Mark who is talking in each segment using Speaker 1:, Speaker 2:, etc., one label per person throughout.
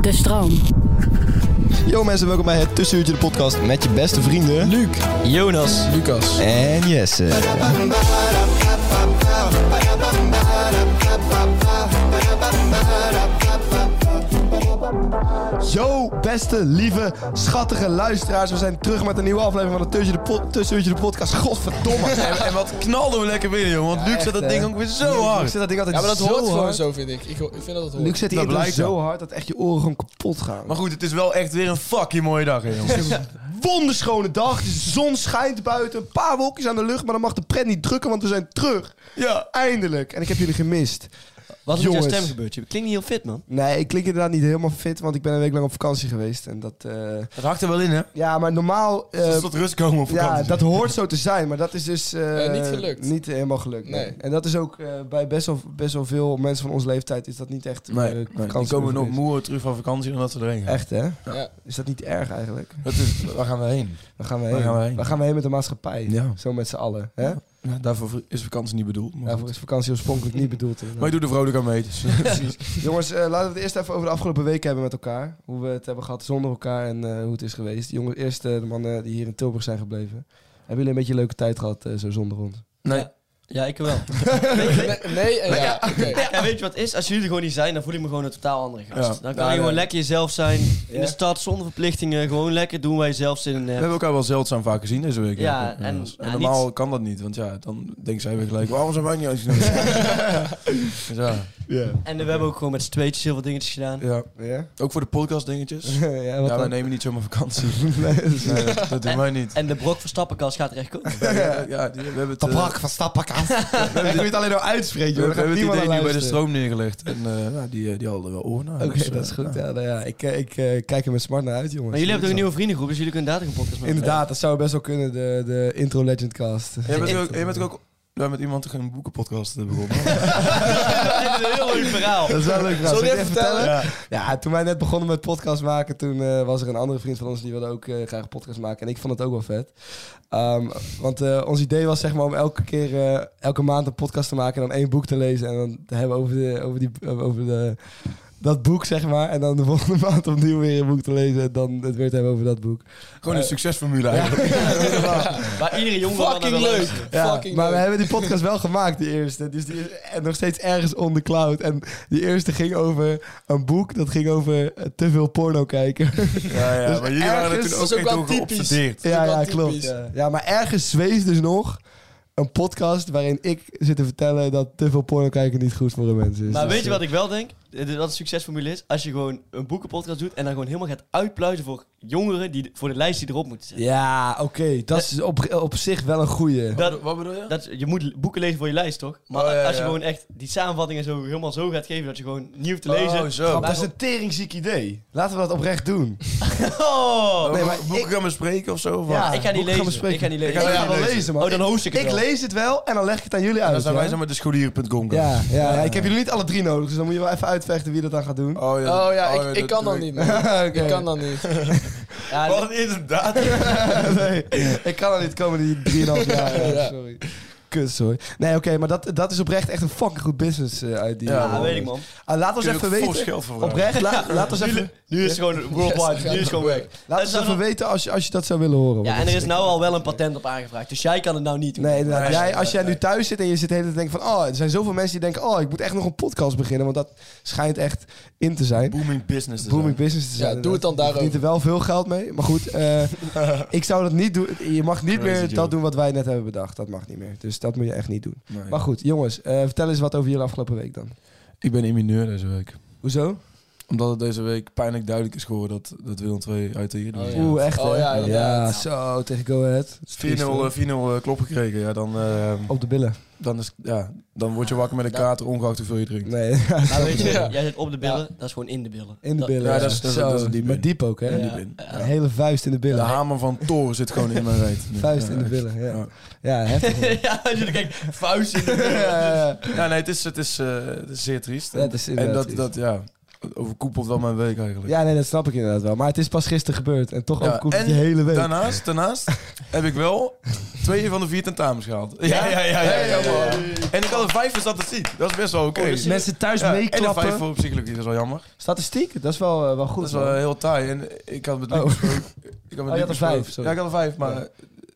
Speaker 1: De stroom.
Speaker 2: Yo mensen, welkom bij het Tussenuurtje de podcast met je beste vrienden... Luc, Jonas, Lucas en Jesse. Yo, beste, lieve, schattige luisteraars. We zijn terug met een nieuwe aflevering van het Tussenuurtje de, pod- Tussenuurtje de podcast. Godverdomme.
Speaker 3: En, en wat knalden we lekker binnen, joh. Want Luc
Speaker 2: echt,
Speaker 3: zet dat
Speaker 2: hè?
Speaker 3: ding ook weer zo
Speaker 2: Luc
Speaker 3: hard.
Speaker 2: zit dat ding altijd
Speaker 4: Ja, maar dat
Speaker 2: zo
Speaker 4: hoort gewoon
Speaker 2: hard.
Speaker 4: zo, vind ik. Ik, ho- ik vind dat het hoort.
Speaker 2: Luc zit die
Speaker 3: Dat
Speaker 2: intro
Speaker 3: blijkt
Speaker 2: zo
Speaker 3: wel.
Speaker 2: hard dat echt je oren gewoon kapot gaan.
Speaker 3: Maar goed, het is wel echt weer een fucking mooie dag, hè, jongens.
Speaker 2: wonderschone dag. De zon schijnt buiten. Een paar wolkjes aan de lucht. Maar dan mag de pret niet drukken, want we zijn terug.
Speaker 3: Ja.
Speaker 2: Eindelijk. En ik heb jullie gemist.
Speaker 5: Wat is er met jouw
Speaker 2: Jongens.
Speaker 5: stem gebeurd? Je klinkt niet heel fit, man.
Speaker 2: Nee, ik klink inderdaad niet helemaal fit, want ik ben een week lang op vakantie geweest. En dat, eh,
Speaker 3: Dat hakt er wel in, hè?
Speaker 2: ja, maar normaal... eh,
Speaker 3: Dat is tot rust komen op
Speaker 2: ja,
Speaker 3: vakantie.
Speaker 2: dat hoort zo te zijn, maar dat is dus... eh,
Speaker 4: Eh, niet gelukt.
Speaker 2: Niet helemaal gelukt, nee.
Speaker 4: Nee.
Speaker 2: En dat is ook eh, bij best wel, best wel veel mensen van onze leeftijd is dat niet echt... eh,
Speaker 3: Nee, nee, die
Speaker 2: vakantie
Speaker 3: komen nog
Speaker 2: geweest.
Speaker 3: moe terug van vakantie dan dat ze erheen gaan.
Speaker 2: Echt, hè?
Speaker 4: Ja.
Speaker 2: Is dat niet erg eigenlijk?
Speaker 3: Dat is, waar gaan we heen?
Speaker 2: Waar gaan we heen?
Speaker 3: Waar gaan we heen?
Speaker 2: heen met de maatschappij?
Speaker 3: Ja.
Speaker 2: Zo met z'n allen, hè?
Speaker 3: Ja, daarvoor is vakantie niet bedoeld. Maar,
Speaker 2: Daarvoor is vakantie oorspronkelijk niet bedoeld. inderdaad.
Speaker 3: maar je doet er vrolijk aan mee. Dus.
Speaker 2: Jongens, eh, laten we het eerst even over de afgelopen week hebben met elkaar. Hoe we het hebben gehad zonder elkaar en eh, hoe het is geweest. Jongens, eerst eh, de mannen die hier in Tilburg zijn gebleven. Hebben jullie een beetje een leuke tijd gehad eh, zo zonder ons?
Speaker 3: nee.
Speaker 5: Ja, ik wel.
Speaker 4: Nee, nee en ja. Oké.
Speaker 5: Ja, weet je wat het is? Als jullie er gewoon niet zijn, dan voel ik me gewoon een totaal andere gast.
Speaker 3: Ja.
Speaker 5: Dan kan
Speaker 2: Nou,
Speaker 5: je
Speaker 4: Ja,
Speaker 5: Nou, gewoon
Speaker 4: ja.
Speaker 5: lekker jezelf zijn in
Speaker 2: Ja.
Speaker 5: de stad, zonder verplichtingen. Gewoon lekker doen waar je zelf zin in
Speaker 3: We
Speaker 5: hebt.
Speaker 3: hebben elkaar wel zeldzaam vaak gezien deze week.
Speaker 5: Ja,
Speaker 3: eigenlijk.
Speaker 5: en-
Speaker 3: Dus-
Speaker 5: ja,
Speaker 3: normaal kan dat niet, want ja, dan denken zij weer gelijk, waarom zijn wij niet uitgenodigd? Dus ja,
Speaker 2: Ja.
Speaker 5: En we hebben ook gewoon met z'n tweetjes heel veel dingetjes gedaan.
Speaker 3: ja,
Speaker 2: Ja?
Speaker 3: ook voor de podcast dingetjes.
Speaker 2: ja, wat
Speaker 3: Ja, wij
Speaker 2: dan?
Speaker 3: nemen niet zomaar vakantie. Nee, dat, dat doen wij niet.
Speaker 5: En de brok verstappenkast gaat er echt komen.
Speaker 3: Ja, ja, die- we hebben het, eh,
Speaker 2: van Stappakas. Ik moet het alleen nou uitspreken,
Speaker 3: we
Speaker 2: joh.
Speaker 3: hebben
Speaker 2: Dan gaat
Speaker 3: het
Speaker 2: niemand
Speaker 3: idee nu
Speaker 2: aan
Speaker 3: bij de
Speaker 2: luisteren.
Speaker 3: stroom neergelegd. En eh, ja, die, eh, die hadden wel oren aan.
Speaker 2: Oké,
Speaker 3: Dus, eh,
Speaker 2: dat is goed.
Speaker 3: ja.
Speaker 2: Ja, nou ja, ik, eh, ik eh, kijk er met smart naar uit, jongens.
Speaker 5: Maar jullie hebben
Speaker 2: Interessant.
Speaker 5: toch een nieuwe vriendengroep, dus jullie kunnen daar toch een podcast maken?
Speaker 2: Inderdaad, dat zou best wel kunnen, de, de Intro Legend Cast.
Speaker 3: Jij bent ook, jij bent ook ja, met iemand toch een boekenpodcast te begonnen.
Speaker 5: Dat is een heel leuk verhaal.
Speaker 2: Dat is wel leuk.
Speaker 4: Zal
Speaker 2: Zal ik
Speaker 4: ik
Speaker 2: even vertellen? Ja. toen wij net begonnen met podcast maken, toen eh, was er een andere vriend van ons die wilde ook eh, graag een podcast maken. En ik vond het ook wel vet. Ehm, want eh, ons idee was zeg maar om elke keer, eh, elke maand een podcast te maken en dan één boek te lezen. En dan te hebben over, de, over, die, over de, dat boek, zeg maar. En dan de volgende maand opnieuw weer een boek te lezen en dan het weer te hebben over dat boek.
Speaker 3: Gewoon een succesformule
Speaker 2: Ja,
Speaker 3: eigenlijk.
Speaker 5: Waar iedere jongen
Speaker 4: Fucking leuk.
Speaker 2: Ja,
Speaker 4: Fucking
Speaker 2: maar we
Speaker 4: leuk.
Speaker 2: hebben die podcast wel gemaakt, die eerste. Dus die is en nog steeds ergens on the cloud. En die eerste ging over een boek. Dat ging over eh, te veel porno kijken.
Speaker 3: Ja, ja, maar jullie waren er
Speaker 2: ergens
Speaker 3: toen
Speaker 4: was
Speaker 3: ook
Speaker 4: ook
Speaker 3: echt
Speaker 4: wel
Speaker 3: door
Speaker 4: typisch.
Speaker 3: geobsedeerd.
Speaker 2: ja,
Speaker 4: wel
Speaker 2: ja,
Speaker 4: typisch.
Speaker 2: klopt. Ja. ja, maar ergens zweeft dus nog een podcast waarin ik zit te vertellen dat te veel porno kijken niet goed voor een mens is.
Speaker 5: Maar
Speaker 2: Dus,
Speaker 5: weet je
Speaker 2: eh,
Speaker 5: wat ik wel denk? Dit is Wat een succesformule is? Als je gewoon een boekenpodcast doet en dan gewoon helemaal gaat uitpluizen voor jongeren die, voor de lijst die erop moeten zitten.
Speaker 2: Ja, oké. dat is op, op zich wel een goeie.
Speaker 5: Dat,
Speaker 3: Wat bedoel
Speaker 4: Oh,
Speaker 3: je?
Speaker 5: Dat, je moet boeken lezen voor je lijst, toch? Maar
Speaker 3: Oh, ja,
Speaker 5: als je
Speaker 3: ja.
Speaker 5: gewoon echt die samenvattingen zo, helemaal zo gaat geven dat je gewoon niet hoeft te
Speaker 3: Oh,
Speaker 5: lezen.
Speaker 3: zo.
Speaker 2: Dat is een teringziek idee. Laten we dat oprecht doen.
Speaker 5: Oh!
Speaker 2: Nee, maar
Speaker 3: boeken gaan bespreken of zo? Of wat?
Speaker 5: ik ga niet
Speaker 2: boek gaan
Speaker 5: lezen.
Speaker 2: bespreken.
Speaker 5: Ik ga niet lezen.
Speaker 2: Ik ga,
Speaker 5: Ik ga
Speaker 2: wel
Speaker 3: lezen.
Speaker 2: lezen, man.
Speaker 5: Oh, dan host ik het
Speaker 2: Ik
Speaker 5: wel.
Speaker 2: lees het wel en dan leg ik het aan jullie uit.
Speaker 3: dan zijn wij
Speaker 2: ja?
Speaker 3: zo met de scholieren.com.
Speaker 2: Ja, ja, ja, ik heb jullie niet alle drie nodig, dus dan moet je wel even uitvechten wie dat dan gaat doen.
Speaker 3: Oh
Speaker 4: Oh ja, ik,
Speaker 3: dat
Speaker 4: ik kan
Speaker 3: doe
Speaker 4: dan niet. man.
Speaker 2: Oké.
Speaker 4: Ik kan dan niet.
Speaker 5: Ja,
Speaker 3: Wat inderdaad.
Speaker 2: nee, ik kan er niet komen die 3,5 jaar. ja, eh, sorry. kut, hoor. Nee, oké, maar dat, dat is oprecht echt een fucking goed business eh, idea.
Speaker 3: Ja,
Speaker 5: Ja, weet ik, man.
Speaker 2: Ah, laat ons
Speaker 3: Kun je
Speaker 2: even
Speaker 3: ook fors
Speaker 2: weten.
Speaker 3: geld voor vragen.
Speaker 2: Oprecht, la- laat ons even,
Speaker 5: Nu is het gewoon worldwide. nu is het gewoon weg.
Speaker 3: Eh,
Speaker 2: laat
Speaker 5: Het
Speaker 2: ons
Speaker 5: zou
Speaker 2: even
Speaker 5: nog-
Speaker 2: weten als je, als je dat zou willen horen.
Speaker 5: Ja,
Speaker 2: want
Speaker 5: en
Speaker 2: dat
Speaker 5: er
Speaker 2: is
Speaker 5: is nou al wel een patent op aangevraagd. Dus jij kan het nou niet doen.
Speaker 2: Nee, inderdaad.
Speaker 3: Nee,
Speaker 2: Jij, als jij nu thuis zit en je zit de hele tijd te denken van... Oh, er zijn zoveel mensen die denken... Oh, ik moet echt nog een podcast beginnen. Want dat schijnt echt in te zijn.
Speaker 3: Booming business. te
Speaker 2: Booming
Speaker 3: zijn.
Speaker 2: business te zijn.
Speaker 4: doe het dan
Speaker 2: inderdaad. Je
Speaker 4: daarover.
Speaker 2: verdient er wel veel geld mee. Maar goed, eh, ik zou dat niet doen. Je mag niet
Speaker 3: Crazy
Speaker 2: meer
Speaker 3: joke.
Speaker 2: dat doen wat wij net hebben bedacht. Dat mag niet meer. Dus dat moet je echt niet doen.
Speaker 3: Nee.
Speaker 2: Maar goed, jongens. eh, vertel eens wat over jullie afgelopen week dan.
Speaker 3: Ik ben immuneur deze week.
Speaker 2: Hoezo?
Speaker 3: Omdat het deze week pijnlijk duidelijk is geworden dat, dat Willem 2 uit de Eredivisie
Speaker 4: Oh, ja.
Speaker 2: Oeh, echt
Speaker 4: Oh,
Speaker 2: hè?
Speaker 4: ja,
Speaker 2: ja,
Speaker 4: inderdaad.
Speaker 2: zo, tegen Go Ahead. Triest, hoor.
Speaker 3: gaat. 4-0 eh, 4-0 klop gekregen. Ja, dan, eh,
Speaker 2: Op de billen.
Speaker 3: dan, is, ja, dan word je wakker met een kater, ongeacht hoeveel je drinkt.
Speaker 2: Nee, ja,
Speaker 5: Maar weet je,
Speaker 4: Ja.
Speaker 5: jij zit op de billen, dat is gewoon in de billen.
Speaker 2: in de
Speaker 5: Dat-
Speaker 2: billen.
Speaker 3: ja, dat is- dat is-
Speaker 2: Zo,
Speaker 3: dat is een diep
Speaker 2: Maar
Speaker 3: in.
Speaker 2: diep ook, hè?
Speaker 3: En die
Speaker 5: Ja.
Speaker 3: win.
Speaker 2: Een hele vuist in de
Speaker 3: De
Speaker 2: billen.
Speaker 3: hamer van Toren zit gewoon in mijn reet.
Speaker 2: Vuist
Speaker 3: Ja,
Speaker 2: in de
Speaker 3: echt.
Speaker 2: billen, ja.
Speaker 3: Ja.
Speaker 2: Ja, heftig. hoor.
Speaker 5: ja, als je er kijkt, vuist in de
Speaker 2: Ja,
Speaker 5: billen.
Speaker 2: ja, ja.
Speaker 3: Ja, nee, het is, het is, eh, het is zeer triest.
Speaker 2: Ja, het is
Speaker 3: en
Speaker 2: inderdaad
Speaker 3: dat,
Speaker 2: triest.
Speaker 3: dat, ja, het overkoepelt wel mijn week eigenlijk.
Speaker 2: Ja, nee, dat snap ik inderdaad wel. Maar het is pas gisteren gebeurd en toch
Speaker 3: Ja,
Speaker 2: overkomt het
Speaker 3: en
Speaker 2: je hele week.
Speaker 3: Daarnaast, daarnaast heb ik wel twee van de vier tentamens gehaald. Ja, ja, ja. ja, ja, man. En ik had een vijf voor statistiek. Dat is best wel oké.
Speaker 2: Oh, dus Mensen thuis
Speaker 3: Ja, en een vijf
Speaker 2: meeklappen.
Speaker 3: voor psychologie, dat is wel jammer.
Speaker 2: Statistiek, dat is wel, eh, wel goed.
Speaker 3: Dat is wel
Speaker 2: hoor.
Speaker 3: heel taai. En ik had met
Speaker 2: Oh.
Speaker 3: Luc besproken. Ik had
Speaker 2: had een
Speaker 3: besproken-
Speaker 2: vijf, sorry.
Speaker 3: Ja, ik had een vijf, maar
Speaker 2: Ja.
Speaker 3: eh,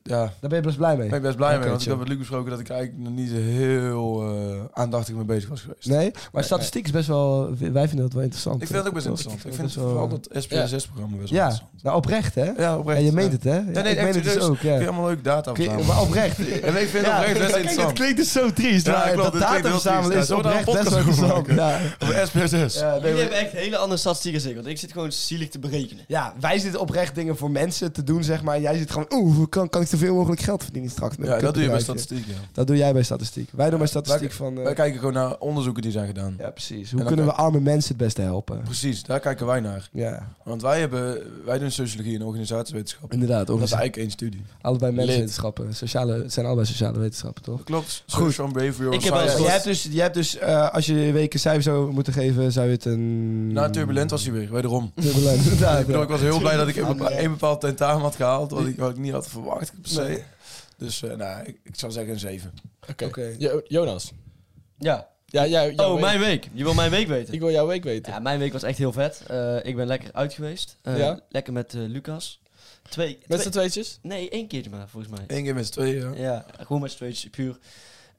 Speaker 3: ja,
Speaker 2: Daar ben je best blij mee.
Speaker 3: daar ben ik best blij
Speaker 2: Oké,
Speaker 3: mee. Want ik
Speaker 2: chill.
Speaker 3: had met Luc besproken dat ik eigenlijk nog niet zo heel eh, aandachtig mee bezig was geweest.
Speaker 2: Nee, maar statistiek is best wel... Wij vinden dat wel interessant.
Speaker 3: Ik vind het ook best interessant. Ik vind vooral dat SPSS-programma best wel
Speaker 2: Ja,
Speaker 3: interessant.
Speaker 2: nou oprecht hè.
Speaker 3: Ja, oprecht.
Speaker 2: En je
Speaker 3: Ja.
Speaker 2: meent het hè. Ja,
Speaker 3: nee,
Speaker 2: ik meen
Speaker 3: echt
Speaker 2: het dus
Speaker 3: serieus.
Speaker 2: ook, ja.
Speaker 3: Ik vind allemaal leuk data
Speaker 2: Oké,
Speaker 3: verzamelen.
Speaker 2: Maar oprecht.
Speaker 3: En ik vind het
Speaker 2: Ja,
Speaker 3: oprecht best
Speaker 2: kijk, het
Speaker 3: interessant.
Speaker 2: klinkt dus zo triest,
Speaker 3: Ja,
Speaker 2: maar
Speaker 3: klopt,
Speaker 2: dat
Speaker 3: het klinkt
Speaker 2: data
Speaker 3: heel
Speaker 2: verzamelen
Speaker 3: triest.
Speaker 2: is
Speaker 3: Ja, zullen we
Speaker 2: oprecht
Speaker 3: daar een
Speaker 2: best wel
Speaker 3: podcast over
Speaker 2: interessant. Ja,
Speaker 3: Op SPSS.
Speaker 2: Ja, nee,
Speaker 5: Jullie
Speaker 2: maar-
Speaker 5: hebben echt hele andere statistieken zeker, want ik zit gewoon zielig te berekenen.
Speaker 2: Ja, wij zitten oprecht dingen voor mensen te doen, zeg maar. En jij zit gewoon, oeh, hoe kan, kan ik zoveel mogelijk geld verdienen straks? Met
Speaker 3: Ja,
Speaker 2: een
Speaker 3: dat doe je bij
Speaker 2: kutbedrijfje?
Speaker 3: statistiek. Ja.
Speaker 2: Dat doe jij bij statistiek. Wij doen bij statistiek van... eh,
Speaker 3: Wij kijken gewoon naar onderzoeken die zijn gedaan.
Speaker 2: ja, precies. Hoe
Speaker 3: En dan
Speaker 2: kunnen we
Speaker 3: kijk-
Speaker 2: arme mensen het beste helpen?
Speaker 3: Precies, daar kijken wij naar.
Speaker 2: Ja,
Speaker 3: Want wij, hebben, wij doen sociologie en organisatiewetenschap. Dat
Speaker 2: inderdaad.
Speaker 3: is
Speaker 2: organisatie-
Speaker 3: eigenlijk één studie.
Speaker 2: allebei
Speaker 3: Lid.
Speaker 2: menswetenschappen. Sociale, het zijn allebei sociale wetenschappen, toch?
Speaker 3: Klopt. Goed. Van behavioral
Speaker 5: Ik heb wel
Speaker 3: science.
Speaker 2: Jij
Speaker 5: Ja.
Speaker 2: hebt dus, jij hebt dus eh, als je je week een cijfer zou moeten geven, zou je het een...
Speaker 3: Na turbulent was hij weer, wederom.
Speaker 2: Turbulent, inderdaad,
Speaker 3: Ik bedoel, ik
Speaker 2: ja.
Speaker 3: was heel blij dat ik een bepa- een bepaald tentamen had gehaald, wat ik, wat ik niet had verwacht per se.
Speaker 2: Nee.
Speaker 3: Dus eh, nou, ik, ik zou zeggen een 7.
Speaker 4: Oké.
Speaker 2: Oké.
Speaker 4: Jo- Jonas.
Speaker 5: Ja.
Speaker 4: Ja, jij, jouw
Speaker 5: Oh,
Speaker 4: week.
Speaker 5: mijn week. Je wil mijn week weten?
Speaker 4: Ik wil jouw week weten.
Speaker 5: Ja, mijn week was echt heel vet. Eh, ik ben lekker uit geweest. Eh,
Speaker 4: Ja?
Speaker 5: Lekker met eh, Lucas. Twee,
Speaker 4: Met
Speaker 5: twee-
Speaker 4: z'n tweetjes?
Speaker 5: Nee, één keertje maar, volgens mij.
Speaker 3: Eén keer met z'n tweeën. ja.
Speaker 5: Ja, gewoon met z'n tweetjes, puur.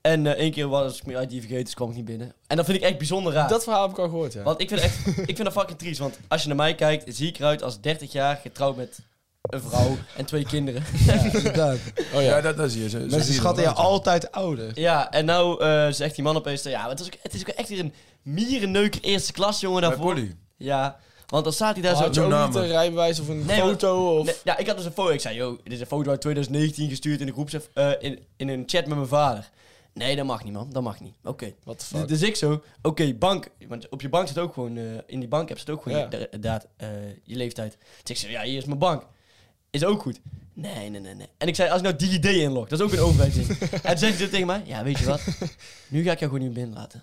Speaker 5: En eh, één keer was ik mijn ID vergeten, dus kwam ik niet binnen. En dat vind ik echt bijzonder raar.
Speaker 4: Dat verhaal heb ik al gehoord, ja.
Speaker 5: Want ik vind, echt, ik vind dat fucking triest. Want als je naar mij kijkt, zie ik eruit als 30 jaar getrouwd met een vrouw en twee kinderen.
Speaker 2: Ja, inderdaad.
Speaker 3: Ja,
Speaker 4: Oh ja.
Speaker 3: dat, dat zie je. Zo, zo zie
Speaker 2: Mensen
Speaker 3: je
Speaker 2: schatten je
Speaker 3: dat uit.
Speaker 2: altijd ouder.
Speaker 5: Ja, en nou eh, zegt die man opeens, ja, maar het is, ook, het is ook echt weer een mierenneuker eerste klas, jongen,
Speaker 3: Bij
Speaker 5: daarvoor.
Speaker 3: Polly.
Speaker 5: Ja, want dan staat hij daar
Speaker 4: Maar had
Speaker 5: zo...
Speaker 4: je ook
Speaker 3: Noem
Speaker 4: niet
Speaker 3: namen.
Speaker 4: een rijbewijs of een
Speaker 5: Nee, want-
Speaker 4: foto? Of...
Speaker 5: Nee, ja, ik had dus een foto. Ik zei, yo, dit is een foto uit 2019 gestuurd in, de groeps, eh, in, in een chat met mijn vader. Nee, dat mag niet, man. Dat mag niet. Oké.
Speaker 4: What the
Speaker 5: D-
Speaker 4: fuck?
Speaker 5: Dus ik zo, oké, bank. Want op je bank zit ook gewoon, eh, in die bank heb zit ook gewoon
Speaker 4: Ja.
Speaker 5: je, da- daad, eh, je leeftijd. Dus ik zei, ja, hier is mijn bank. Is ook goed. Nee, nee, nee, nee. En ik zei, als ik nou DigiD inlog, dat is ook een overheidsding. en toen zei ze tegen mij, ja, weet je wat? Nu ga ik jou gewoon niet binnen laten.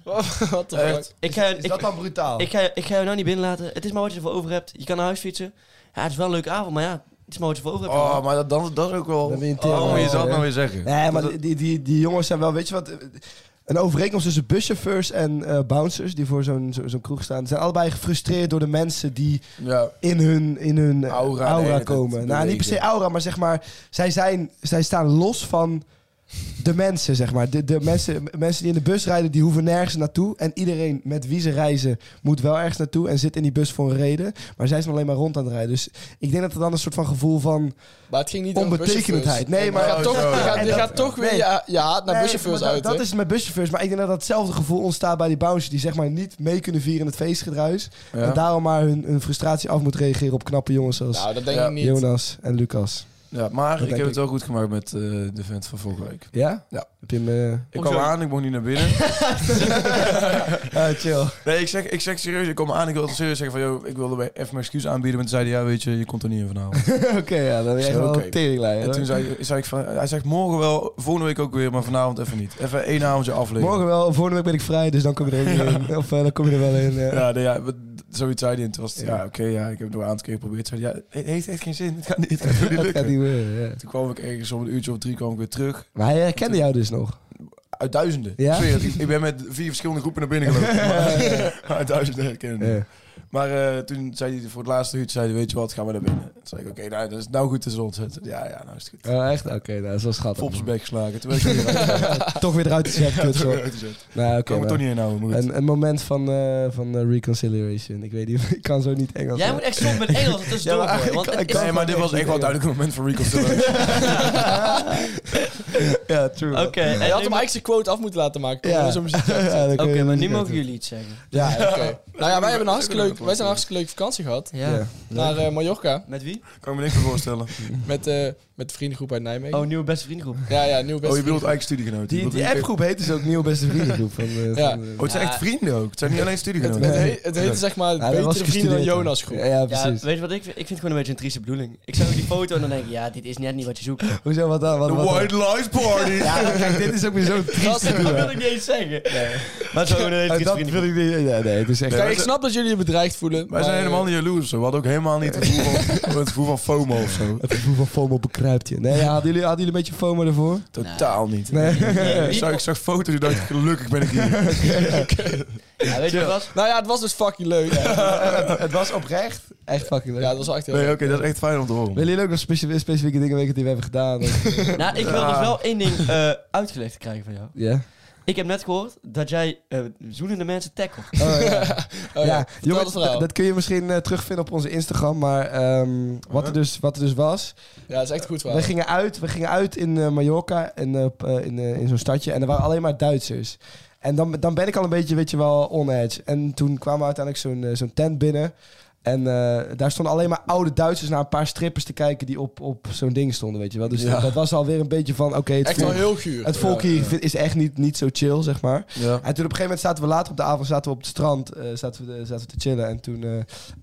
Speaker 4: What the
Speaker 3: Echt.
Speaker 4: fuck?
Speaker 5: Ik ga,
Speaker 2: Is
Speaker 5: ik,
Speaker 2: dat dan brutaal?
Speaker 5: ik, ga, ik ga jou nou niet binnen laten. Het is maar wat je ervoor over hebt. Je kan naar huis fietsen. Ja, het is wel een leuke avond, maar ja, het is maar wat je ervoor over hebt. jongen.
Speaker 3: Oh, maar dat, dat, dat is ook wel...
Speaker 2: Dan ben je een tering.
Speaker 3: Waarom moet je dat
Speaker 2: Ja.
Speaker 3: nou weer zeggen?
Speaker 2: Nee, maar
Speaker 3: Dat-
Speaker 2: die, die, die, die jongens zijn wel, weet je wat... eh, Een overeenkomst tussen buschauffeurs en eh, bouncers die voor zo'n zo- zo'n kroeg staan, zijn allebei gefrustreerd door de mensen die
Speaker 3: Ja,
Speaker 2: in hun, in hun eh,
Speaker 3: Aura,
Speaker 2: aura,
Speaker 3: de hele tijd
Speaker 2: komen. Nou, niet per se
Speaker 3: bewegen.
Speaker 2: aura, maar zeg maar, zij, zijn, zij staan los van de mensen, zeg maar. De, de mensen, mensen die in de bus rijden, die hoeven nergens naartoe. En iedereen met wie ze reizen moet wel ergens naartoe en zit in die bus voor een reden. Maar zij zijn alleen maar rond aan het rijden. Dus ik denk dat er dan een soort van gevoel van...
Speaker 4: Maar het ging niet om
Speaker 2: Onbetekenendheid.
Speaker 4: buschauffeurs.
Speaker 2: Nee, maar-
Speaker 4: Je gaat
Speaker 3: Oh,
Speaker 4: toch,
Speaker 3: zo.
Speaker 4: je gaat,
Speaker 2: En
Speaker 4: je
Speaker 2: dat-
Speaker 4: gaat toch weer
Speaker 2: nee.
Speaker 4: je, je haat naar
Speaker 2: Nee,
Speaker 4: buschauffeurs
Speaker 2: maar
Speaker 4: uit,
Speaker 2: dat,
Speaker 4: hè?
Speaker 2: dat is met buschauffeurs. Maar ik denk dat datzelfde gevoel ontstaat bij die bouncers... die zeg maar niet mee kunnen vieren in het feestgedruis.
Speaker 3: Ja.
Speaker 2: En daarom maar hun, hun frustratie af moet reageren op knappe jongens... zoals
Speaker 4: Nou, dat denk
Speaker 3: Ja.
Speaker 4: ik niet.
Speaker 2: Jonas en Lucas.
Speaker 3: ja, maar ik
Speaker 2: denk
Speaker 3: heb
Speaker 2: ik.
Speaker 3: het wel goed gemaakt met eh, de vent van vorige week.
Speaker 2: Ja?
Speaker 3: Ja.
Speaker 2: Heb je hem... eh,
Speaker 3: Ik
Speaker 5: Hoezo?
Speaker 3: kwam aan, ik mocht niet naar binnen.
Speaker 2: Ah, chill.
Speaker 3: Nee, ik zeg, ik zeg serieus, ik kwam aan, ik wilde serieus zeggen van... Yo, ik wilde even mijn excuus aanbieden, want toen zei hij, ja, weet je, je komt er niet in vanavond.
Speaker 2: Oké, ja, dan ben je echt
Speaker 3: Zo,
Speaker 2: wel
Speaker 3: oké.
Speaker 2: een teringlijn,
Speaker 3: en
Speaker 2: hoor.
Speaker 3: toen zei, zei ik van, hij zegt morgen wel, volgende week ook weer, maar vanavond even niet. Even één avondje afleveren.
Speaker 2: Morgen wel, volgende week ben ik vrij, dus dan kom je er ook niet in. Of eh, dan kom je er wel in. eh.
Speaker 3: Ja, nee, ja, wat- zoiets zei hij en toen was het, ja,
Speaker 2: Ja.
Speaker 3: oké, ja, ik heb het nog een aantal keer geprobeerd. Zei hij, ja, het heeft echt geen zin, het gaat niet, het gaat niet
Speaker 2: dat
Speaker 3: lukken.
Speaker 2: gaat niet meer, ja.
Speaker 3: Toen kwam ik ergens om een uurtje of drie kwam ik weer terug.
Speaker 2: Maar hij herkende jou dus nog.
Speaker 3: uit duizenden.
Speaker 2: Ja?
Speaker 3: Ik zweer het, ik, ik ben met vier verschillende groepen naar binnen gelopen. Maar uit duizenden herkennen.
Speaker 2: Ja.
Speaker 3: Maar eh, toen zei hij voor het laatste uurtje, zei hij, weet je wat, gaan we naar binnen. Toen zei ik, oké, nou, dat is nou goed tussen ons. Toen zei hij, Ja, ja, nou is het goed.
Speaker 2: Oh, echt? Oké, nou, dat is wel schattig.
Speaker 3: Op zijn bek geslagen. Toen ben ik weer uit-
Speaker 2: Toch weer eruit te zetten. kut,
Speaker 3: toen
Speaker 2: hoor.
Speaker 3: weer uitgezet.
Speaker 2: Nou, oké.
Speaker 3: Kan me
Speaker 2: maar-
Speaker 3: toch niet inhouden, maar goed.
Speaker 2: een, een moment van, eh, van eh, reconciliation. Ik weet niet, ik kan zo niet Engels.
Speaker 5: Jij
Speaker 2: hè.
Speaker 5: moet echt stoppen met Engels er tussendoor,
Speaker 2: Ja, maar
Speaker 5: hoor,
Speaker 2: ik-
Speaker 5: want
Speaker 2: ik
Speaker 5: het is-
Speaker 2: kan
Speaker 3: Nee, maar dit was echt wel duidelijk een moment van reconciliation.
Speaker 2: ja, true.
Speaker 3: Ah,
Speaker 5: Oké, en nu
Speaker 4: Hij had hem
Speaker 5: mag-
Speaker 4: eigenlijk zijn quote af moeten laten maken.
Speaker 2: Ja.
Speaker 4: Ja. Zo'n muziek.
Speaker 2: Ja, dat kun
Speaker 5: Oké,
Speaker 2: je
Speaker 5: maar
Speaker 2: niet
Speaker 5: nu mogen
Speaker 2: weten.
Speaker 5: jullie iets zeggen.
Speaker 2: Ja,
Speaker 4: Oké. Nou ja, wij hebben een hartstikke leuk, wij zijn een hartstikke leuke vakantie gehad.
Speaker 5: Ja.
Speaker 2: Ja.
Speaker 4: Naar eh, Mallorca.
Speaker 5: Met wie?
Speaker 3: kan ik me niks meer voorstellen. Oh,
Speaker 4: Met, eh, met de vriendengroep uit Nijmegen.
Speaker 5: Oh, nieuwe beste vriendengroep.
Speaker 4: Ja, ja, nieuw best.
Speaker 3: Oh, je bedoelt eigen studiegenoten. Je
Speaker 2: Die,
Speaker 3: bedoelt
Speaker 2: die
Speaker 3: niet-
Speaker 2: appgroep heet dus ook Nieuw Beste Vriendengroep. Van, eh,
Speaker 4: Ja.
Speaker 2: van, eh,
Speaker 3: Oh, het zijn echt vrienden ook. Het zijn niet alleen
Speaker 4: het,
Speaker 3: studiegenoten.
Speaker 4: het, he- het heette zeg maar
Speaker 2: ja, dat was
Speaker 4: Betere Vrienden dan
Speaker 2: gestudeerd, hè.
Speaker 4: Jonas groep.
Speaker 2: eh, Ja, ja,
Speaker 5: Ja,
Speaker 2: precies.
Speaker 5: weet je wat ik vind? Ik vind het gewoon een beetje een trieste bedoeling. Ik zag die foto en dan denk ik, ja, dit is net niet wat je zoekt.
Speaker 2: Hoezo, wat dan? Wat,
Speaker 3: The
Speaker 2: wat dan?
Speaker 3: White Lies Party.
Speaker 2: Ja, kijk, dit is ook weer zo'n triest
Speaker 5: Dat
Speaker 2: gedoe, hè.
Speaker 5: wil ik niet eens zeggen. Maar zo een hele
Speaker 2: Oh,
Speaker 5: trieste
Speaker 2: dat
Speaker 5: vriendengroep.
Speaker 2: wil ik niet. Nee, nee, het is echt...
Speaker 4: Kijk, ik snap dat jullie je bedreigd voelen.
Speaker 3: Wij zijn helemaal niet jaloers. of zo. We hadden ook helemaal niet het gevoel van, het gevoel van FOMO of zo.
Speaker 2: Het gevoel van FOMO bekruipt je. Nee, ja, hadden, jullie, hadden jullie een beetje FOMO ervoor?
Speaker 3: Totaal niet.
Speaker 2: Nee.
Speaker 3: Ik, zag, ik zag foto's en dacht, gelukkig ben ik hier.
Speaker 5: Ja, weet je wat? was?
Speaker 4: Nou ja, het was dus fucking leuk. Ja,
Speaker 2: het was oprecht echt fucking leuk.
Speaker 4: dat was wel echt heel
Speaker 3: Nee, oké,
Speaker 4: leuk.
Speaker 3: dat is echt fijn om te horen.
Speaker 2: Willen jullie ook nog specie- specifieke dingen weten die we hebben gedaan? Of-
Speaker 5: Nou, ik wil dus wel één ding eh, uitgelegd krijgen van jou.
Speaker 2: Ja?
Speaker 5: Ik heb net gehoord dat jij eh, zoenende mensen tackelt.
Speaker 2: Oh, ja.
Speaker 4: Oh,
Speaker 2: ja,
Speaker 4: ja. Vertel
Speaker 2: jongens,
Speaker 4: het verhaal.
Speaker 2: dat- dat kun je misschien eh, terugvinden op onze Instagram. Maar ehm, wat, er dus, wat er dus was.
Speaker 4: Ja, dat is echt goed wel.
Speaker 2: We gingen uit, we gingen uit in eh, Mallorca, in, eh, p- eh, in, eh, in zo'n stadje. En er waren alleen maar Duitsers. En dan, dan ben ik al een beetje, weet je wel, on edge. En toen kwamen we uiteindelijk zo'n eh, zo'n tent binnen. En eh, daar stonden alleen maar oude Duitsers naar een paar strippers te kijken die op, op zo'n ding stonden, weet je wel. Dus
Speaker 3: Ja.
Speaker 2: dat was alweer een beetje van, oké, het,
Speaker 4: Echt wel
Speaker 2: volk-
Speaker 4: heel guur.
Speaker 2: het volk hier vi- is echt niet, niet zo chill, zeg maar.
Speaker 3: Ja.
Speaker 2: En toen op een gegeven moment zaten we later op de avond zaten we op het strand eh, zaten, we, zaten we te chillen. En toen eh,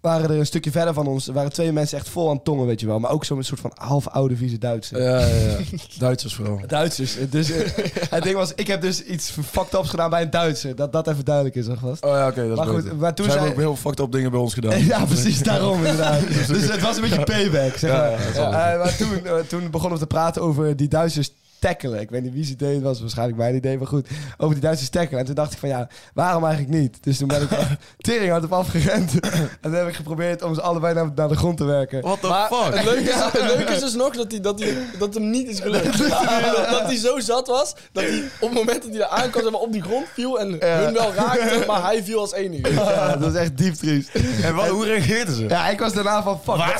Speaker 2: waren er een stukje verder van ons, waren twee mensen echt vol aan tongen, weet je wel. Maar ook zo'n soort van half oude vieze Duitsers.
Speaker 3: Ja, ja, Duitsers vooral. Oh,
Speaker 2: Duitsers. Eh, Dus, eh, het ding was, ik heb dus iets fucked ups gedaan bij een Duitser. Dat dat even duidelijk is, alvast.
Speaker 3: Oh ja, oké, dat is
Speaker 2: Maar goed,
Speaker 3: beter.
Speaker 2: maar toen
Speaker 3: Ze hebben
Speaker 2: zei-
Speaker 3: ook heel fucked up dingen bij ons gedaan.
Speaker 2: Ja, precies, daarom inderdaad. Dus het was een beetje payback, zeg
Speaker 3: Ja,
Speaker 2: maar.
Speaker 3: ja, dat is
Speaker 2: Ja,
Speaker 3: wel
Speaker 2: eh, maar toen, eh, toen begonnen we te praten over die Duitsers tackelen. Ik weet niet wie zijn idee het was, waarschijnlijk mijn idee, maar goed. Over die Duitsers tackelen. En toen dacht ik van, ja, waarom eigenlijk niet? Dus toen ben ik echt tering hard op afgerend. En toen heb ik geprobeerd om ze allebei naar, naar de grond te werken.
Speaker 3: What the
Speaker 4: Maar het
Speaker 3: fuck?
Speaker 4: leuke, is, het leuke is dus nog dat, hij, dat, hij, dat hem niet is gelukt. Dat, dat hij zo zat was, dat hij op het moment dat hij daar aankwam, zeg maar, op die grond viel en hun wel raakte, maar hij viel als enige.
Speaker 2: Ja, dat was echt diep triest.
Speaker 3: En wat, hoe reageerden ze?
Speaker 2: Ja, ik was daarna van, fuck.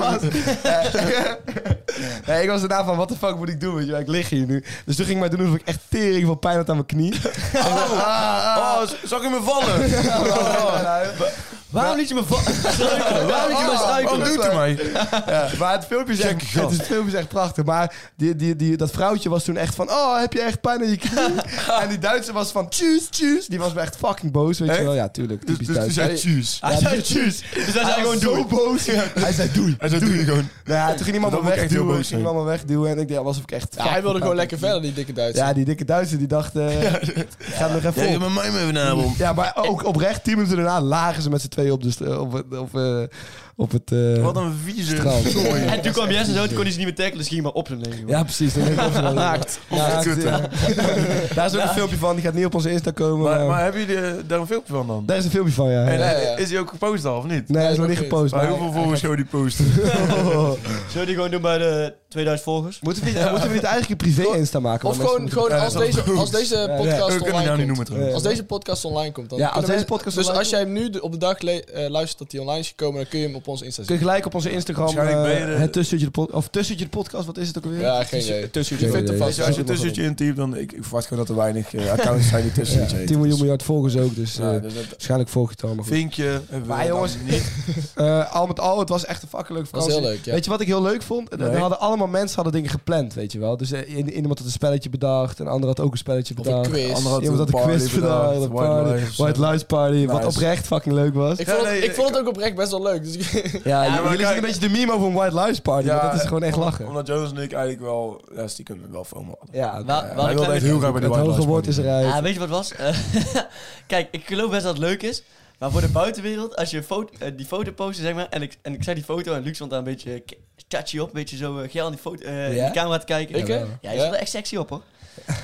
Speaker 3: Wat?
Speaker 2: Wat? Nee, ik was daarna van, wat de fuck moet ik doen? Weet je, wel, ik lig hier nu. Dus toen ging ik maar doen of ik echt tering van pijn had aan mijn knie.
Speaker 3: Oh, oh, z- zag je me vallen? oh,
Speaker 5: Waarom liet je me va- struikelen? Waarom liet je me struikelen?
Speaker 3: Ah, Wat doet hij mij?
Speaker 2: Maar het filmpje is
Speaker 3: Check
Speaker 2: echt,
Speaker 3: God.
Speaker 2: het is, het filmpje is echt prachtig. Maar die, die, die, dat vrouwtje was toen echt van... Oh, heb je echt pijn aan je knie? en die Duitser was van... Tjus, tjus. Die was echt fucking boos, weet je
Speaker 3: Echt?
Speaker 2: wel. Ja, tuurlijk.
Speaker 3: Dus,
Speaker 2: Typisch
Speaker 3: dus die
Speaker 2: Duits.
Speaker 3: zei tjus.
Speaker 2: Ja, die-
Speaker 5: Dus hij
Speaker 2: hij
Speaker 5: zei gewoon
Speaker 2: was zo
Speaker 5: doe.
Speaker 2: boos. Hij zei doei.
Speaker 3: En zo doe je gewoon.
Speaker 2: Nou ja, toen ging iemand
Speaker 3: Dat
Speaker 2: me
Speaker 3: moet ik echt heel
Speaker 2: wegduwen.
Speaker 3: boos
Speaker 2: Ging
Speaker 3: zijn.
Speaker 2: iemand me wegduwen. En ik dacht, was ik echt...
Speaker 4: Ja, hij wilde gewoon lekker verder, die dikke Duitser.
Speaker 2: Ja, die dikke Duitser die dacht... eh Ga er nog even op.
Speaker 3: met mij mee naar om.
Speaker 2: Ja, maar ook oprecht, tien minuten daarna lagen ze met z'n tweeën op, de st- op, het- op, eh, op het... eh,
Speaker 3: Wat een vieze.
Speaker 2: Strand.
Speaker 3: Sorry.
Speaker 5: En toen kwam Jesse zo, toen kon hij ze niet meer tackelen, dus ging hij maar op zijn leven.
Speaker 2: Ja, precies. Dan denk ik op z'n- Ja,
Speaker 3: Of de
Speaker 2: naakt,
Speaker 3: kutten.
Speaker 2: ja. Daar is ook een filmpje van, die gaat niet op onze Insta komen.
Speaker 3: Maar,
Speaker 2: maar-
Speaker 3: maar hebben jullie eh, daar een filmpje van dan?
Speaker 2: daar is een filmpje van, ja.
Speaker 3: En,
Speaker 2: nee,
Speaker 4: Ja,
Speaker 3: eh,
Speaker 4: ja.
Speaker 3: Is hij ook gepost al of niet?
Speaker 2: hij is nog
Speaker 4: nog
Speaker 2: niet
Speaker 4: niet.
Speaker 2: gepost.
Speaker 3: Maar
Speaker 2: Maar
Speaker 3: hoeveel volgers zou die posten?
Speaker 5: Zullen die gewoon doen bij de 2000 volgers?
Speaker 2: moeten, we niet, moeten we niet eigenlijk een privé-insta maken?
Speaker 4: Of
Speaker 2: waar mensen
Speaker 4: gewoon,
Speaker 2: moeten-
Speaker 4: gewoon als,
Speaker 3: Ja,
Speaker 4: deze,
Speaker 3: dat-
Speaker 4: als deze
Speaker 2: ja.
Speaker 4: podcast
Speaker 3: We kunnen die nou
Speaker 4: online
Speaker 3: niet
Speaker 4: komt.
Speaker 3: noemen trouwens.
Speaker 4: Als deze podcast online komt, dan
Speaker 2: Ja, als
Speaker 4: kunnen
Speaker 2: deze
Speaker 4: we-
Speaker 2: podcast
Speaker 4: Dus
Speaker 2: online
Speaker 4: als jij hem nu de- op de dag le- eh, luistert dat hij online is gekomen, dan kun je hem op ons Insta
Speaker 2: Kun
Speaker 4: zien.
Speaker 2: je gelijk op onze Instagram
Speaker 3: Waarschijnlijk
Speaker 2: eh,
Speaker 3: ben je de-
Speaker 2: het tussentje de, pod- of tussentje de podcast, wat is het ook alweer?
Speaker 4: Ja, geen idee.
Speaker 2: Tussen
Speaker 4: Je vindt hem
Speaker 3: Als
Speaker 4: vast.
Speaker 3: je, als je een tussentje intypt, dan ik, ik verwacht gewoon dat er weinig eh, accounts zijn die tussentje
Speaker 2: 10 miljoen miljard volgers ook, dus eh,
Speaker 3: Ja, dus dat-
Speaker 2: waarschijnlijk volg je het allemaal goed.
Speaker 3: Vinkje. hebben we
Speaker 2: Maar
Speaker 3: dan
Speaker 2: jongens,
Speaker 3: niet.
Speaker 2: Eh, al met al, het was echt een fucking leuke
Speaker 4: was
Speaker 2: vakantie.
Speaker 4: heel leuk, ja.
Speaker 2: Weet je wat ik heel leuk vond? Eh, Er
Speaker 3: Nee.
Speaker 2: hadden allemaal mensen hadden dingen gepland, weet je wel. Dus eh, in, iemand had een spelletje bedacht, een ander had ook een spelletje
Speaker 4: Of een
Speaker 2: bedacht.
Speaker 4: quiz.
Speaker 3: Andere had
Speaker 2: Iemand had een
Speaker 3: party
Speaker 2: quiz bedacht, een
Speaker 3: White
Speaker 2: party,
Speaker 3: Lives.
Speaker 2: White Lives Party, wat
Speaker 3: Nice.
Speaker 2: oprecht fucking leuk was.
Speaker 4: Ik
Speaker 3: Ja,
Speaker 4: vond,
Speaker 3: nee,
Speaker 4: het, ik
Speaker 3: ik-
Speaker 4: vond het ook oprecht best wel leuk. Dus ik-
Speaker 2: Ja,
Speaker 3: maar
Speaker 2: jullie zijn
Speaker 3: kijk-
Speaker 2: een beetje de meme over een White Lives Party, maar dat is gewoon echt
Speaker 3: omdat-
Speaker 2: lachen.
Speaker 3: Omdat Jonas en ik eigenlijk wel, ja, stiekem wel FOMO hadden.
Speaker 2: ja,
Speaker 5: Wel- wel
Speaker 3: Hij
Speaker 5: een
Speaker 3: wilde
Speaker 5: klein
Speaker 3: echt
Speaker 5: beetje-
Speaker 3: heel graag bij de
Speaker 2: het
Speaker 3: White
Speaker 2: hoge
Speaker 3: Lies
Speaker 2: woord is
Speaker 3: spelen.
Speaker 2: eruit.
Speaker 5: Ah, weet je wat het was? Eh, Kijk, ik geloof best dat het leuk is. Maar voor de buitenwereld, als je een foto, eh, die foto postte, zeg maar. En ik, en ik zei die foto en Luc stond daar een beetje eh, touchy op. Een beetje zo eh, geil aan die, foto, eh,
Speaker 2: Ja?
Speaker 5: die camera te kijken.
Speaker 4: Ik, hè?
Speaker 5: Ja, je
Speaker 4: eh, Ja.
Speaker 5: stond er echt sexy op hoor.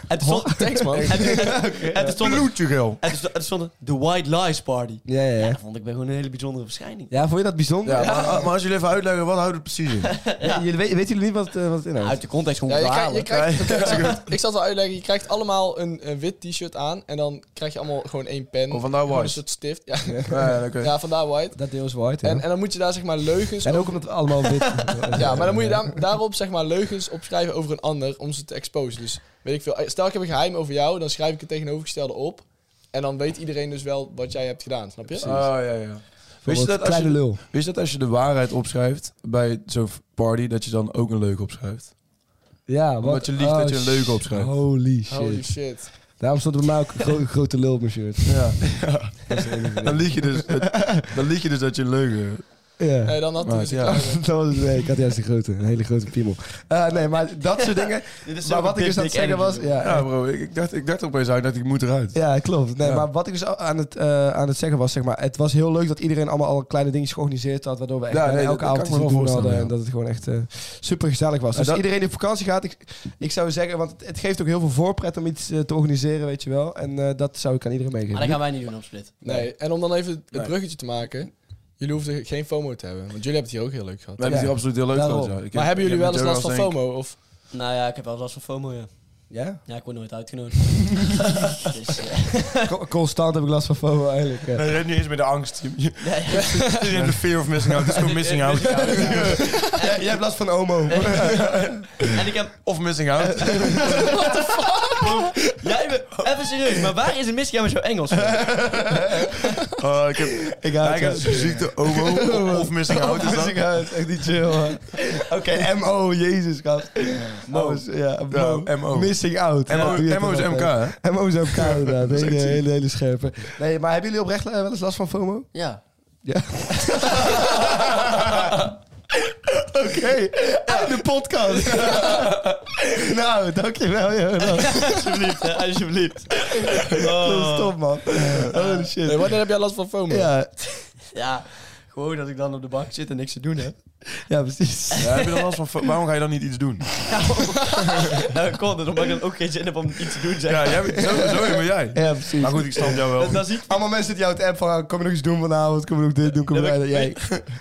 Speaker 5: En toen stond...
Speaker 4: Thanks, man.
Speaker 5: En toen- en- en toen stond er-
Speaker 3: Bloedje geel.
Speaker 5: en toen sto- en toen stond er The White Lies Party.
Speaker 2: Ja, ja,
Speaker 5: Ja,
Speaker 2: ja.
Speaker 5: dat vond ik wel gewoon een hele bijzondere verschijning.
Speaker 2: Ja, vond je dat bijzonder?
Speaker 3: Ja, maar, maar als jullie even uitleggen, wat houdt het precies in?
Speaker 2: Ja, jullie, weet, weten jullie niet wat, eh, wat het inhoudt?
Speaker 5: Uit de context gewoon
Speaker 4: Ja, je krijgt,
Speaker 5: verhalen.
Speaker 4: je krijgt, ik, zal het wel uitleggen. Je krijgt allemaal een, een wit t-shirt aan. En dan krijg je allemaal gewoon één pen.
Speaker 3: Oh, vandaar
Speaker 4: Gewoon
Speaker 3: white.
Speaker 4: Een soort stift. Ja,
Speaker 3: Ja, oké.
Speaker 4: ja vandaar white.
Speaker 2: Dat deel is white, ja.
Speaker 4: En, en dan moet je daar zeg maar leugens...
Speaker 2: En
Speaker 4: op-
Speaker 2: ook omdat we allemaal wit
Speaker 4: ja, maar dan moet je daar- daarop zeg maar leugens opschrijven over een ander om ze te exposen. Dus weet ik veel. Stel ik heb een geheim over jou, dan schrijf ik het tegenovergestelde op. En dan weet iedereen dus wel wat jij hebt gedaan, snap je?
Speaker 3: Oh,
Speaker 4: Ah,
Speaker 3: ja, ja. Wist je,
Speaker 2: Bijvoorbeeld
Speaker 3: dat als
Speaker 2: kleine
Speaker 3: je,
Speaker 2: lul.
Speaker 3: wist je dat als je de waarheid opschrijft bij zo'n party, dat je dan ook een leugen opschrijft?
Speaker 2: Ja,
Speaker 3: Omdat
Speaker 2: wat- Oh,
Speaker 3: je liegt dat je een leugen opschrijft.
Speaker 2: Holy shit.
Speaker 4: Holy shit.
Speaker 2: Daarom stond er bij mij ook een gro- grote lul op mijn shirt.
Speaker 3: Ja. Dan lieg je dus, dan lieg je dus dat je een leugen...
Speaker 2: Ja.
Speaker 4: Nee, dan had
Speaker 3: Maar
Speaker 4: hij dus een
Speaker 3: ja.
Speaker 4: kleine.
Speaker 2: Dat was het, nee, ik had juist een grote, een hele grote piemel. Eh, nee, maar dat soort dingen. maar wat ik dus aan het zeggen was... Ja,
Speaker 3: Ja, bro, ik, ik dacht, ik dacht er opeens uit dat ik moet eruit.
Speaker 2: Ja, klopt. Nee,
Speaker 3: Ja.
Speaker 2: Maar wat ik dus aan het, eh, aan het zeggen was, zeg maar, het was heel leuk dat iedereen allemaal al kleine dingetjes georganiseerd had, waardoor we echt
Speaker 3: Ja,
Speaker 2: bijna
Speaker 3: nee, dat-
Speaker 2: elke
Speaker 3: dat
Speaker 2: avond
Speaker 3: kan ik
Speaker 2: iets
Speaker 3: me
Speaker 2: te doen
Speaker 3: wel
Speaker 2: hadden
Speaker 3: voorstellen,
Speaker 2: en
Speaker 3: ja.
Speaker 2: dat het gewoon echt eh, super gezellig was.
Speaker 3: En
Speaker 2: Dus
Speaker 3: dat-
Speaker 2: iedereen die op vakantie gaat, ik, ik zou zeggen, want het, het geeft ook heel veel voorpret om iets eh, te organiseren, weet je wel. En eh, dat zou ik aan iedereen meegeven.
Speaker 5: Maar dat gaan wij niet doen op Split.
Speaker 4: Nee, en om dan even het
Speaker 3: Nee.
Speaker 4: bruggetje te maken. Jullie hoefden geen FOMO te hebben, want jullie hebben het hier ook heel leuk gehad.
Speaker 3: We hebben
Speaker 2: Ja.
Speaker 3: hier absoluut heel leuk
Speaker 2: Daarom.
Speaker 3: gehad, ja. Ik heb-
Speaker 4: maar hebben
Speaker 3: ik
Speaker 4: jullie
Speaker 3: heb
Speaker 4: wel eens
Speaker 3: met
Speaker 4: last van
Speaker 3: Jonas denk-
Speaker 4: FOMO? Of
Speaker 5: Nou ja, ik heb wel last van FOMO, ja.
Speaker 2: Ja?
Speaker 5: Ja, ik word nooit uitgenodigd. dus, eh,
Speaker 2: Co- Constant heb ik last van FOMO eigenlijk. ja.
Speaker 3: Nee, je hebt niet eens meer de angst. Je, je,
Speaker 5: nee.
Speaker 3: je hebt de fear of missing out. Het is gewoon missing out.
Speaker 2: Jij, jij hebt last van OMO.
Speaker 5: En ik heb...
Speaker 3: Of missing out.
Speaker 5: Jij bent... Even serieus, maar waar is een misgaan met jouw Engels?
Speaker 3: Oh, ik heb,
Speaker 2: ik
Speaker 3: Ja,
Speaker 2: hou
Speaker 3: ik heb
Speaker 2: het.
Speaker 3: ziekte, homo of missing out. Is dat?
Speaker 2: Ik hou het, echt niet chill, man. Oké, MO, jezus, gast.
Speaker 3: Mo.
Speaker 2: Oh, Ja,
Speaker 3: Ja,
Speaker 2: mo.
Speaker 3: MO.
Speaker 2: Missing out. Ja, doe je het
Speaker 3: MO is
Speaker 2: dan
Speaker 3: MK,
Speaker 2: ook.
Speaker 3: hè?
Speaker 2: MO is MK inderdaad.
Speaker 3: is
Speaker 2: Hele,
Speaker 3: echt ziek.
Speaker 2: hele, hele scherpe. Nee, maar hebben jullie oprecht eh, wel eens last van FOMO?
Speaker 5: ja.
Speaker 2: Ja. Oké, uit de podcast. nou, dankjewel Jonas.
Speaker 5: alsjeblieft, hè, alsjeblieft. Oh.
Speaker 2: Stop man. Holy
Speaker 4: Nee,
Speaker 2: shit.
Speaker 4: wanneer heb jij last van FOMO?
Speaker 2: Ja,
Speaker 5: Ja, gewoon dat ik dan op de bank zit en niks te doen heb.
Speaker 2: ja, precies.
Speaker 3: Ja, heb je dan last van fo- Waarom ga je dan niet iets doen?
Speaker 5: Nou, kon dat omdat ik dan ook geen zin heb om iets te doen, zeg.
Speaker 3: Ja, jij bent, zo, zo ben jij.
Speaker 2: Ja, precies.
Speaker 3: Maar goed, ik snap jou wel.
Speaker 5: Dan zie ik...
Speaker 2: Allemaal mensen die jou het app van, ah, kom je nog iets doen vanavond? Kom je nog dit doen? Kom je
Speaker 5: Ja, maar-
Speaker 2: dat? Jij.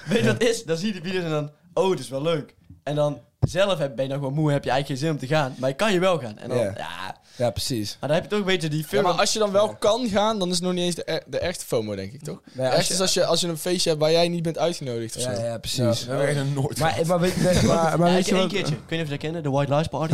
Speaker 5: Weet je wat het is? Dan zie je de video's en dan... Oh, dat is wel leuk. En dan zelf heb, ben je dan gewoon moe, heb je eigenlijk geen zin om te gaan. Maar je kan je wel gaan. En dan...
Speaker 2: Ja.
Speaker 5: Ja...
Speaker 2: Ja, precies.
Speaker 5: Maar dan heb je toch een beetje die
Speaker 4: Ja,
Speaker 5: film.
Speaker 4: maar als je dan wel kan gaan, dan is het nog niet eens de, e- de echte FOMO, denk ik, toch?
Speaker 2: Nee, als
Speaker 4: Echt
Speaker 2: je-
Speaker 4: is als je, als je een feestje hebt waar jij niet bent uitgenodigd of zo.
Speaker 2: Ja, ja,
Speaker 3: Ja,
Speaker 2: precies.
Speaker 3: dat heb ik echt nog nooit.
Speaker 2: Maar, maar, weet, nee, maar, maar
Speaker 5: Ja,
Speaker 2: weet
Speaker 5: ik
Speaker 2: je
Speaker 5: één
Speaker 2: wat-
Speaker 5: keertje. Kun je even herkennen? De White Lies Party.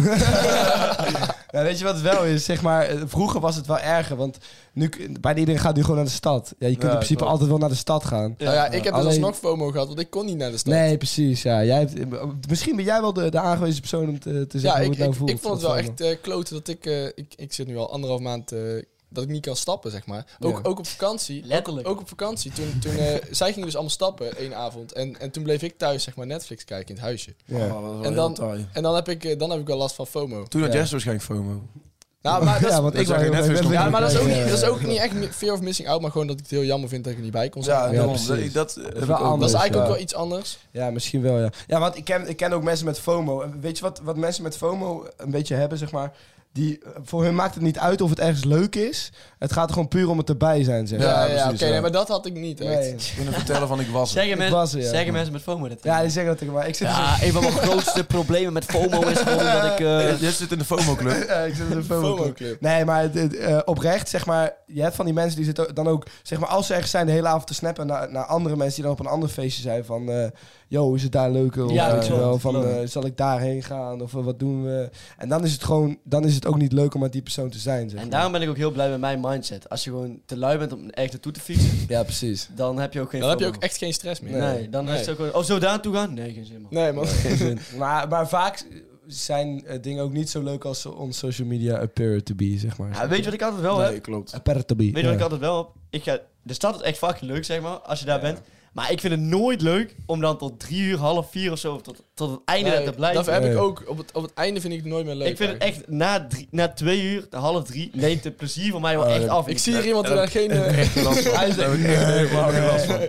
Speaker 2: Ja, weet je wat het wel is? Zeg maar, eh, vroeger was het wel erger, want nu, k- bijna iedereen gaat nu gewoon naar de stad. Ja, je kunt
Speaker 3: Ja,
Speaker 2: in principe
Speaker 3: klopt.
Speaker 2: altijd wel naar de stad gaan.
Speaker 4: Nou ja, ik heb dus
Speaker 2: Alleen-
Speaker 4: alsnog FOMO gehad, want ik kon niet naar de stad.
Speaker 2: Nee, precies. Ja. Jij hebt, eh, misschien ben jij wel de, de aangewezen persoon om te, te
Speaker 4: ja,
Speaker 2: zeggen
Speaker 4: ik,
Speaker 2: hoe
Speaker 4: ik,
Speaker 2: het nou voelt.
Speaker 4: ik vond het
Speaker 2: wat
Speaker 4: wel
Speaker 2: voor
Speaker 4: echt eh kloten dat ik, eh, ik... Ik zit nu al anderhalf maand... eh, dat ik niet kan stappen, zeg maar. Ook,
Speaker 2: Ja.
Speaker 4: ook op vakantie.
Speaker 5: Letterlijk.
Speaker 4: Ook op vakantie. Toen, toen, eh, zij gingen dus allemaal stappen één avond. En, en toen bleef ik thuis, zeg maar, Netflix kijken in het huisje.
Speaker 2: allemaal. Ja.
Speaker 4: En dan, en dan heb ik, eh, dan heb ik wel last van FOMO.
Speaker 3: Toen had Jess waarschijnlijk FOMO.
Speaker 4: Nou, maar dat
Speaker 2: ja,
Speaker 4: is,
Speaker 2: eh, want ik
Speaker 3: zou
Speaker 2: wou
Speaker 3: je
Speaker 2: heel
Speaker 3: Netflix
Speaker 2: graag-
Speaker 3: nog
Speaker 4: ja, maar dat is, ook
Speaker 2: Ja,
Speaker 4: niet, dat is
Speaker 2: ja,
Speaker 4: ook niet echt mi- fear of missing out, maar gewoon dat ik het heel jammer vind dat ik er niet bij kon zijn.
Speaker 3: Ja,
Speaker 2: Ja,
Speaker 3: daarom.
Speaker 2: precies.
Speaker 3: Dat, ik- dat, heb
Speaker 2: wel
Speaker 3: ik ook
Speaker 2: anders.
Speaker 4: dat is
Speaker 3: wel.
Speaker 4: eigenlijk
Speaker 2: ja.
Speaker 4: ook wel iets anders.
Speaker 2: Ja, misschien wel, ja. Ja, want ik ken, ik ken ook mensen met FOMO. En Weet je wat, wat mensen met FOMO een beetje hebben, zeg maar? Die, eh, voor hun maakt het niet uit of het ergens leuk is. Het gaat er gewoon puur om het erbij zijn, zeg
Speaker 4: Ja,
Speaker 2: maar.
Speaker 4: ja,
Speaker 3: precies,
Speaker 4: oké,
Speaker 3: ja.
Speaker 4: nee, maar dat had ik niet echt.
Speaker 2: Nee.
Speaker 3: Ik ben het vertellen van ik was er.
Speaker 5: Zeggen,
Speaker 2: Ik
Speaker 5: men,
Speaker 2: was er, ja.
Speaker 5: zeggen mensen met FOMO dat?
Speaker 2: Ja, die zeggen dat tegen mij. Ik zit dus-
Speaker 5: Ja, een van mijn grootste problemen met FOMO is gewoon dat ik... eh,
Speaker 3: Jess zit in de FOMO-club.
Speaker 2: Ja, dus- Eh, ik zit in de FOMO-club.
Speaker 4: FOMO-club.
Speaker 2: Nee, maar het- het, eh, oprecht, zeg maar, je hebt van die mensen die zitten dan ook, zeg maar, als ze ergens zijn, de hele avond te snappen naar, naar andere mensen die dan op een ander feestje zijn van, eh yo, is het daar leuker? Of,
Speaker 5: Ja,
Speaker 2: weet
Speaker 5: klopt,
Speaker 2: je wel, van,
Speaker 5: klopt.
Speaker 2: eh, zal ik daarheen gaan? Of eh, wat doen we? En dan is het gewoon, dan is het ook niet leuk om met die persoon te zijn, zeg
Speaker 5: En
Speaker 2: maar.
Speaker 5: daarom ben ik ook heel blij met mijn mindset. Als je gewoon te lui bent om echt naartoe te fietsen,
Speaker 2: Ja, precies.
Speaker 5: dan heb je ook geen
Speaker 4: Dan heb je
Speaker 5: FOMO.
Speaker 4: ook echt geen stress meer.
Speaker 5: Nee, dan
Speaker 4: Nee.
Speaker 5: is het ook gewoon... Oh, zo daar toe gaan? Nee, geen zin man.
Speaker 4: Nee, man.
Speaker 2: maar, maar vaak zijn eh, dingen ook niet zo leuk als ze on social media appear to be, zeg maar.
Speaker 5: Ja, weet je wat ik altijd wel heb?
Speaker 3: Nee, klopt.
Speaker 2: Appear to be.
Speaker 5: Weet je wat ik
Speaker 2: ja.
Speaker 5: altijd wel heb? Ik ga, de stad is echt fucking leuk, zeg maar, als je daar bent. Maar ik vind het nooit leuk om dan tot drie uur, half vier of zo, of tot tot het einde
Speaker 4: Nee,
Speaker 5: dat het blijft.
Speaker 4: Dat heb ik
Speaker 2: Nee.
Speaker 4: ook. Op het, op het einde vind ik het nooit meer leuk.
Speaker 5: ik vind het
Speaker 4: eigenlijk.
Speaker 5: echt, na, drie, na twee uur, half drie, neemt het plezier van mij wel echt af.
Speaker 4: Ik zie hier iemand die daar geen... eh,
Speaker 3: Hij is echt helemaal geen last van.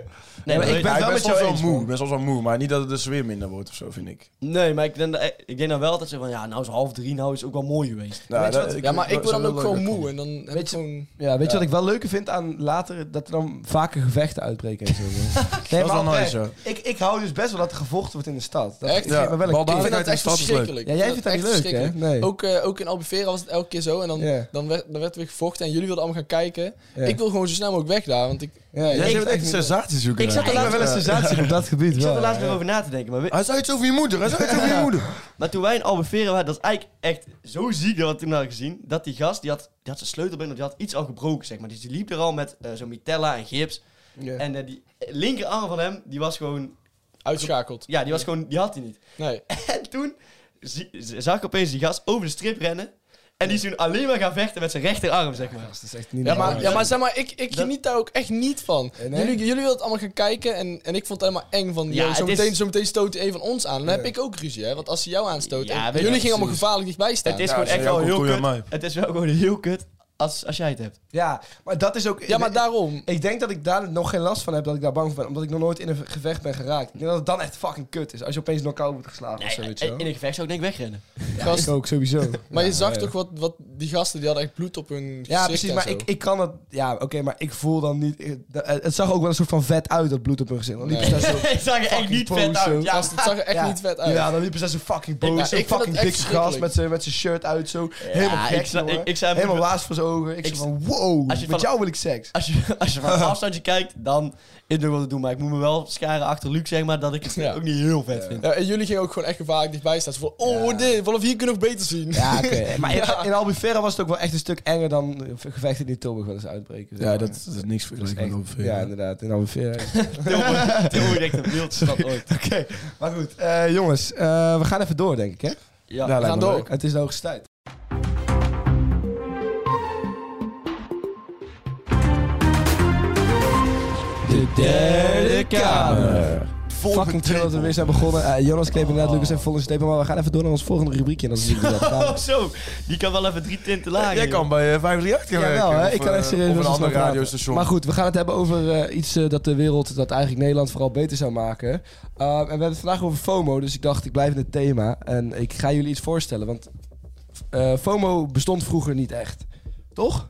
Speaker 5: Nee, maar
Speaker 3: ik ben wel met
Speaker 5: jou
Speaker 3: wel
Speaker 5: eens,
Speaker 3: moe.
Speaker 5: man.
Speaker 3: Ik ben soms wel moe, maar niet dat het dus weer minder wordt of zo, vind ik.
Speaker 5: Nee, maar ik denk, dat- ik denk dan wel dat ze van, ja, nou is half drie, nou is ook wel mooi geweest.
Speaker 3: Nou, dat-
Speaker 4: ja, maar ik word
Speaker 3: zou
Speaker 4: dan ook
Speaker 3: wel
Speaker 4: gewoon
Speaker 3: leuk
Speaker 4: moe.
Speaker 3: vinden.
Speaker 4: En dan heb ik gewoon...
Speaker 2: Ja, weet je wat ik wel leuker vind aan later? Dat er dan vaker gevechten uitbreken en zo. nee,
Speaker 3: Dat is wel
Speaker 2: oprecht,
Speaker 3: nice, hoor.
Speaker 2: Ik, ik hou dus best wel dat er gevochten wordt in de stad. Dat
Speaker 4: Echt?
Speaker 2: geeft me
Speaker 3: Ja,
Speaker 2: wel een
Speaker 3: baldadig.
Speaker 4: Ik
Speaker 2: kick.
Speaker 4: vind dat
Speaker 3: Veiligheid
Speaker 4: echt
Speaker 3: in de stad is leuk.
Speaker 4: verschrikkelijk.
Speaker 2: Ja,
Speaker 4: Ik
Speaker 2: jij
Speaker 4: vind
Speaker 2: vindt dat
Speaker 4: echt
Speaker 2: niet leuk, hè?
Speaker 4: verschrikkelijk.
Speaker 2: Nee.
Speaker 4: Ook, eh, ook in Albufeira was het elke keer zo. En dan,
Speaker 2: Ja.
Speaker 4: dan, werd, dan werd weer gevochten. En jullie wilden allemaal gaan kijken.
Speaker 2: Ja.
Speaker 4: Ik wil gewoon zo snel mogelijk weg daar. Want ik...
Speaker 2: Ja,
Speaker 3: Jij
Speaker 2: ik-
Speaker 3: bent echt een sensatie zoeken.
Speaker 5: Ik zat er
Speaker 3: hè?
Speaker 5: laatst-
Speaker 2: wel een sensatie op dat gebied.
Speaker 5: Ik zat er
Speaker 2: wel,
Speaker 5: laatst
Speaker 2: ja.
Speaker 5: weer over na te denken, maar, we-
Speaker 3: Hij zei iets over je moeder, hij zei iets over je moeder.
Speaker 5: maar toen wij in Albufeira waren, dat is eigenlijk echt zo ziek, dat we toen hadden gezien, dat die gast, die had, die had zijn sleutelbeen, of die had iets al gebroken, zeg maar. Dus die liep er al met eh, zo'n mitella en gips.
Speaker 2: Ja.
Speaker 5: En eh, die linkerarm van hem, die was gewoon,
Speaker 4: Uitschakeld.
Speaker 5: ja, die was gewoon, die had hij niet.
Speaker 4: Nee.
Speaker 5: En toen zie- zag ik opeens die gast over de strip rennen. En die is toen alleen maar gaan vechten met zijn rechterarm, zeg maar.
Speaker 2: Dat is echt niet
Speaker 4: Ja
Speaker 2: normaal.
Speaker 4: maar, ja, maar zeg maar, ik, ik geniet daar ook echt niet van.
Speaker 2: Eh, nee?
Speaker 4: Jullie, jullie wilden het allemaal gaan kijken en, en ik vond het helemaal eng van,
Speaker 5: Ja,
Speaker 4: ja,
Speaker 5: het
Speaker 4: zo,
Speaker 5: is-
Speaker 4: meteen, zo meteen stoot hij een van ons aan. Dan heb ik ook ruzie, hè, want als hij jou aanstoot,
Speaker 5: Ja,
Speaker 4: en
Speaker 5: weet je,
Speaker 4: jullie gingen
Speaker 5: precies.
Speaker 4: allemaal gevaarlijk dichtbij staan.
Speaker 5: Het is
Speaker 3: Ja,
Speaker 5: gewoon
Speaker 3: ze
Speaker 5: echt
Speaker 3: zijn
Speaker 5: wel
Speaker 3: ook
Speaker 5: heel
Speaker 3: een koeien aan
Speaker 5: kut. Het is wel gewoon heel kut als, als jij het hebt.
Speaker 2: Ja, maar dat is ook...
Speaker 4: ja, maar daarom.
Speaker 2: Ik denk dat ik daar nog geen last van heb dat ik daar bang voor ben. Omdat ik nog nooit in een gevecht ben geraakt. Ik denk dat het dan echt fucking kut is. Als je opeens knock-out wordt geslagen of zo, weet je wel.
Speaker 5: in een gevecht zou ik denk ik wegrennen.
Speaker 4: gast,
Speaker 2: Ik ook, sowieso.
Speaker 4: maar je
Speaker 2: Ja,
Speaker 4: zag
Speaker 2: ja.
Speaker 4: toch wat, wat die gasten, die hadden echt bloed op hun gezicht
Speaker 2: Ja, precies.
Speaker 4: en
Speaker 2: Maar
Speaker 4: zo.
Speaker 2: ik, ik kan het... Ja, oké, maar ik voel dan niet... ik- dat- eh, Het zag ook wel een soort van vet uit, dat bloed op hun gezin. Dan liepen ze daar zo...
Speaker 5: ik zag er echt niet
Speaker 2: boos,
Speaker 5: vet uit.
Speaker 2: joh.
Speaker 5: Ja,
Speaker 4: Gast, het zag er echt
Speaker 2: ja,
Speaker 4: niet vet uit.
Speaker 2: Ja, dan liepen ze daar zo fucking
Speaker 4: Ja,
Speaker 2: boos.
Speaker 4: ik
Speaker 2: zo'n
Speaker 4: vind dat
Speaker 2: fucking
Speaker 4: echt
Speaker 2: dikke gast
Speaker 4: verschrikkelijk.
Speaker 2: met zijn met zijn shirt uit zo. helemaal
Speaker 5: ik
Speaker 2: gek,
Speaker 5: zou-
Speaker 2: jongen.
Speaker 5: ik- ik zou hem-
Speaker 2: Helemaal waas voor zijn ogen. Ik
Speaker 5: Ik-
Speaker 2: zei van, wow,
Speaker 5: Als je
Speaker 2: met
Speaker 5: van-
Speaker 2: jou wil ik seks.
Speaker 5: als je, als je van een afstandje kijkt, dan is het nog wel te doen. Maar ik moet me wel scharen achter Luc, zeg maar, dat ik het
Speaker 4: Ja.
Speaker 5: ook niet heel vet vind.
Speaker 4: Ja, en jullie gingen ook gewoon echt gevaarlijk dichtbij staan. Ze van, oh, dit, vanaf hier kun je nog beter zien.
Speaker 2: Ja, oké. Maar in, in Albufeira was het ook wel echt een stuk enger dan gevechten die Tilburg wel eens uitbreken. zeg
Speaker 3: Ja,
Speaker 2: maar.
Speaker 3: dat, dat is niks vergelijkbaar
Speaker 2: Echt,
Speaker 3: met ongeveer.
Speaker 2: ja, inderdaad. In Albufeira.
Speaker 5: Tilburg Tilburg is echt een wilde stad ooit.
Speaker 2: Oké, maar goed. eh, jongens, eh, we gaan even door, denk ik, hè?
Speaker 5: Ja.
Speaker 3: Ja,
Speaker 2: We
Speaker 3: lijkt
Speaker 2: gaan
Speaker 3: me
Speaker 2: door.
Speaker 3: leuk.
Speaker 2: Het is de hoogste tijd. De
Speaker 5: Eh,
Speaker 2: derde kamer. Fucking chill dat we weer zijn begonnen. Eh, Jonas Kleep, inderdaad, Lucas en Vollens Stepen. Maar we gaan even door naar ons volgende rubriekje. en Dat is natuurlijk dat.
Speaker 5: Oh, zo. Die kan wel even drie tinten lager.
Speaker 3: Jij
Speaker 5: joh.
Speaker 3: kan bij eh, 538 gaan
Speaker 2: Jawel,
Speaker 3: werken.
Speaker 2: hè?
Speaker 3: of,
Speaker 2: Ik kan echt
Speaker 3: eh,
Speaker 2: serieus
Speaker 3: Of een
Speaker 2: wel zo
Speaker 3: ander
Speaker 2: snel praten.
Speaker 3: radiostation.
Speaker 2: Maar goed, we gaan het hebben over eh, iets eh, dat de wereld, dat eigenlijk Nederland vooral beter zou maken. Uh, en we hebben het vandaag over FOMO, dus ik dacht ik blijf in het thema. En ik ga jullie iets voorstellen, want eh, FOMO bestond vroeger niet echt. Toch?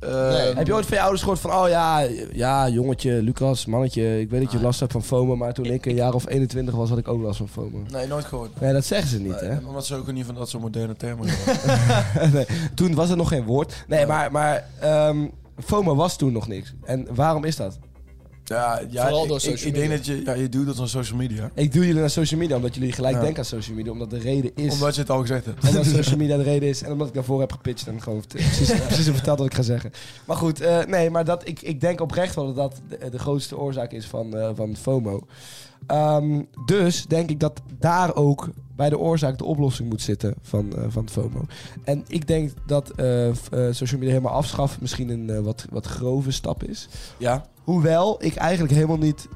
Speaker 3: Eh,
Speaker 4: Nee.
Speaker 2: Heb je ooit van je ouders gehoord van, oh ja, ja jongetje, Lucas, mannetje, ik weet
Speaker 3: Ah.
Speaker 2: dat je last hebt van FOMO, maar toen ik een jaar of 21 was, had ik ook last van FOMO.
Speaker 3: Nee, nooit gehoord.
Speaker 2: Nee, dat zeggen ze niet, hè?
Speaker 3: Nee, Omdat ze ook niet van dat soort moderne termen hebben.
Speaker 2: nee, toen was er nog geen woord. Nee, maar, maar ehm, FOMO was toen nog niks. En waarom is dat?
Speaker 3: Ja, ja
Speaker 4: Vooral
Speaker 3: ik-
Speaker 4: door
Speaker 3: ik-
Speaker 4: social
Speaker 3: Ik denk dat je, ja, je doet dat op social media.
Speaker 2: Ik doe jullie naar social media omdat jullie gelijk
Speaker 3: Ja.
Speaker 2: denken aan social media. Omdat de reden is.
Speaker 3: Omdat je het al gezegd hebt.
Speaker 2: Omdat social media de reden is. En omdat ik daarvoor heb gepitcht en gewoon precies, precies heb verteld wat ik ga zeggen. Maar goed, eh, nee, maar dat, ik, ik denk oprecht wel dat dat de, de grootste oorzaak is van, eh, van FOMO. Ehm, dus denk ik dat daar ook bij de oorzaak de oplossing moet zitten van, eh, van FOMO. En ik denk dat eh, f- eh, social media helemaal afschaffen misschien een eh, wat, wat grove stap is.
Speaker 3: Ja.
Speaker 2: Hoewel ik eigenlijk helemaal niet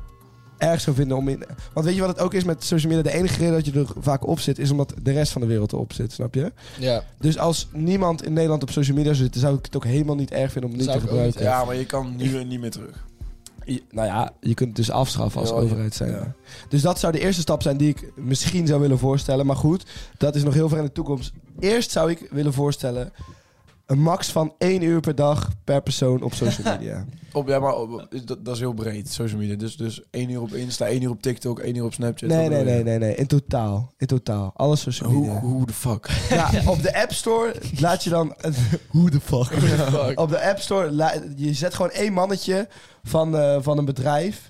Speaker 2: erg zou vinden om in... Want weet je wat het ook is met social media? De enige reden dat je er vaak op zit, is omdat de rest van de wereld erop zit, snap je?
Speaker 4: Ja.
Speaker 2: Dus als niemand in Nederland op social media zou zitten, zou ik het ook helemaal niet erg vinden om het niet
Speaker 4: Zou
Speaker 2: te
Speaker 4: ik ook niet
Speaker 2: gebruiken.
Speaker 3: ja, maar je kan nu niet meer terug.
Speaker 2: Je- Nou ja, je kunt het dus afschaffen als
Speaker 3: Ja,
Speaker 2: overheid zijn.
Speaker 3: ja.
Speaker 2: Dus dat zou de eerste stap zijn die ik misschien zou willen voorstellen. Maar goed, dat is nog heel ver in de toekomst. Eerst zou ik willen voorstellen een max van één uur per dag per persoon op social media.
Speaker 3: Op, ja, maar op- op- dat, dat is heel breed, social media. Dus, dus één uur op Insta, één uur op TikTok, één uur op Snapchat.
Speaker 2: nee,
Speaker 3: Wat
Speaker 2: nee,
Speaker 3: bedoel
Speaker 2: nee,
Speaker 3: je?
Speaker 2: nee, nee. In totaal. In totaal. Alles social media.
Speaker 3: Hoe, hoe de fuck?
Speaker 2: Ja, op de App Store laat je dan... Hoe de fuck?
Speaker 4: Fuck.
Speaker 2: Op de App Store, la- je zet gewoon één mannetje van, eh, van een bedrijf.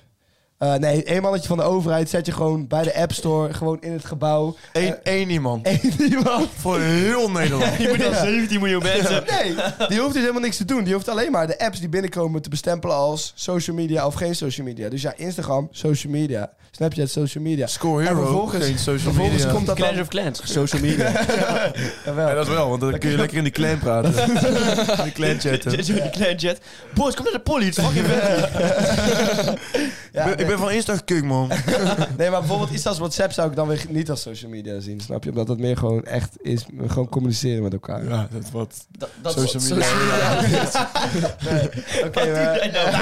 Speaker 2: Eh, nee, één mannetje van de overheid zet je gewoon bij de App Store, gewoon in het gebouw.
Speaker 3: Eén één iemand.
Speaker 2: Eén iemand.
Speaker 3: Voor heel Nederland.
Speaker 5: Je moet dan 17 miljoen mensen.
Speaker 2: Nee, die hoeft dus helemaal niks te doen. Die hoeft alleen maar de apps die binnenkomen te bestempelen als social media of geen social media. Dus ja, Instagram, social media. Snapchat, social media.
Speaker 3: Score Hero,
Speaker 2: En vervolgens-
Speaker 3: geen social
Speaker 2: vervolgens
Speaker 3: media.
Speaker 2: komt dat dan...
Speaker 5: Clash of Clans. Social media.
Speaker 3: Ja, dat wel, want dan kun je lekker in die clan praten. in die clan chatten.
Speaker 5: Zo'n klein jet. Boys, kom naar de politie. Fuck je
Speaker 3: ik ben ben van eerst echt kuk, man.
Speaker 2: Nee, maar bijvoorbeeld iets als WhatsApp zou ik dan weer niet als social media zien, snap je? Omdat dat meer gewoon echt is, gewoon communiceren met elkaar.
Speaker 3: Ja, dat wat.
Speaker 5: Dat, dat
Speaker 3: Social media.
Speaker 2: Oké,
Speaker 5: Wat
Speaker 2: maar-
Speaker 5: doe jij nou?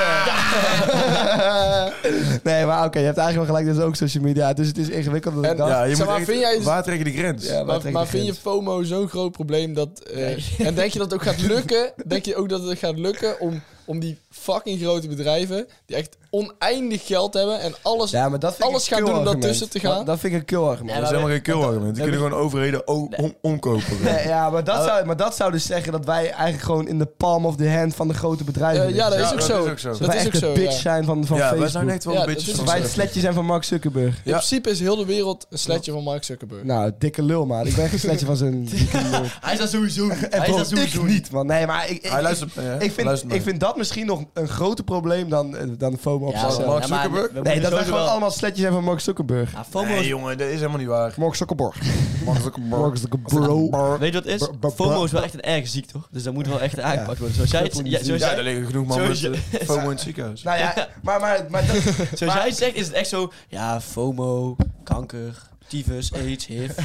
Speaker 2: nee, maar oké, je hebt eigenlijk wel gelijk, dat is ook social media, dus het is ingewikkeld dat ik
Speaker 4: En-
Speaker 2: dat...
Speaker 3: Ja, je
Speaker 4: Zeg
Speaker 3: moet
Speaker 4: maar,
Speaker 3: echt,
Speaker 4: vind jij dus-
Speaker 3: waar trek je de grens?
Speaker 2: Ja, waar trek
Speaker 4: Maar,
Speaker 2: je
Speaker 4: maar
Speaker 2: de
Speaker 4: vind je
Speaker 2: grens?
Speaker 4: FOMO zo'n groot probleem dat... eh, En denk je dat het ook gaat lukken? Denk je ook dat het gaat lukken om, om die fucking grote bedrijven... die echt oneindig geld hebben en alles...
Speaker 2: Ja, maar dat vind ik
Speaker 4: Alles
Speaker 2: een
Speaker 4: gaan
Speaker 2: cool
Speaker 4: doen om daar
Speaker 2: argument.
Speaker 4: tussen te gaan?
Speaker 2: Dat, dat vind ik een kill argument.
Speaker 3: Dat is helemaal geen kill-argument. Die
Speaker 2: Nee,
Speaker 3: kunnen gewoon overheden o- om- omkopen.
Speaker 2: Nee, ja, maar
Speaker 4: Oh.
Speaker 2: dat, zou, maar dat zou dus zeggen dat wij eigenlijk gewoon in de palm of the hand van de grote bedrijven
Speaker 4: Eh, ja, dat
Speaker 3: Ja,
Speaker 4: is ook
Speaker 3: dat
Speaker 4: zo.
Speaker 3: is ook zo.
Speaker 4: Dat,
Speaker 2: Dat, wij
Speaker 4: is
Speaker 2: echt
Speaker 4: ook
Speaker 2: de
Speaker 4: zo,
Speaker 2: bitch
Speaker 4: ja.
Speaker 2: zijn van, van
Speaker 3: Ja, wij
Speaker 2: Facebook.
Speaker 3: zijn echt wel
Speaker 4: Ja,
Speaker 3: een
Speaker 4: dat
Speaker 3: beetje
Speaker 4: is
Speaker 3: van
Speaker 2: Dat wij het
Speaker 3: zelf.
Speaker 2: sletje zijn van Mark Zuckerberg.
Speaker 4: In
Speaker 3: Ja.
Speaker 4: principe is heel de wereld een sletje van Mark Zuckerberg.
Speaker 2: Nou, dikke lul, maar ik ben geen sletje van zijn...
Speaker 5: Hij is dat sowieso niet. Hij is dat
Speaker 2: ik
Speaker 5: sowieso
Speaker 2: niet, man. Nee, maar ik, ik,
Speaker 3: Hij luistert. eh,
Speaker 2: ik,
Speaker 3: hij luistert
Speaker 2: vind,
Speaker 3: mee.
Speaker 2: ik vind dat misschien nog een groter probleem dan, eh, dan de FOMO op
Speaker 5: Ja,
Speaker 2: zichzelf.
Speaker 5: maar-
Speaker 3: Mark
Speaker 5: ja, maar
Speaker 3: Zuckerberg?
Speaker 5: we moeten
Speaker 2: Nee, dat wij
Speaker 5: sowieso
Speaker 2: gewoon
Speaker 5: wel-
Speaker 2: allemaal sletjes zijn van Mark Zuckerberg.
Speaker 5: Ja, FOMO
Speaker 3: Nee,
Speaker 5: is-
Speaker 3: jongen, dat is helemaal niet waar.
Speaker 2: Mark Zuckerberg.
Speaker 3: Mark Zuckerberg.
Speaker 2: Mark Zuckerberg.
Speaker 5: Weet je wat het
Speaker 2: Ba- ba-
Speaker 5: is? FOMO is wel echt een erg ziek, toch? Dus dat moet wel echt aangepakt worden. Zoals jij het, ja, zoals
Speaker 3: Ja,
Speaker 5: jij,
Speaker 3: daar liggen genoeg mannen met
Speaker 5: Sowieso.
Speaker 3: eh, FOMO in het ziekenhuis.
Speaker 2: Nou ja, maar, maar, maar dat,
Speaker 5: zoals jij het zegt, is het echt zo... Ja, FOMO, kanker, tyfus, AIDS, HIV. Eh,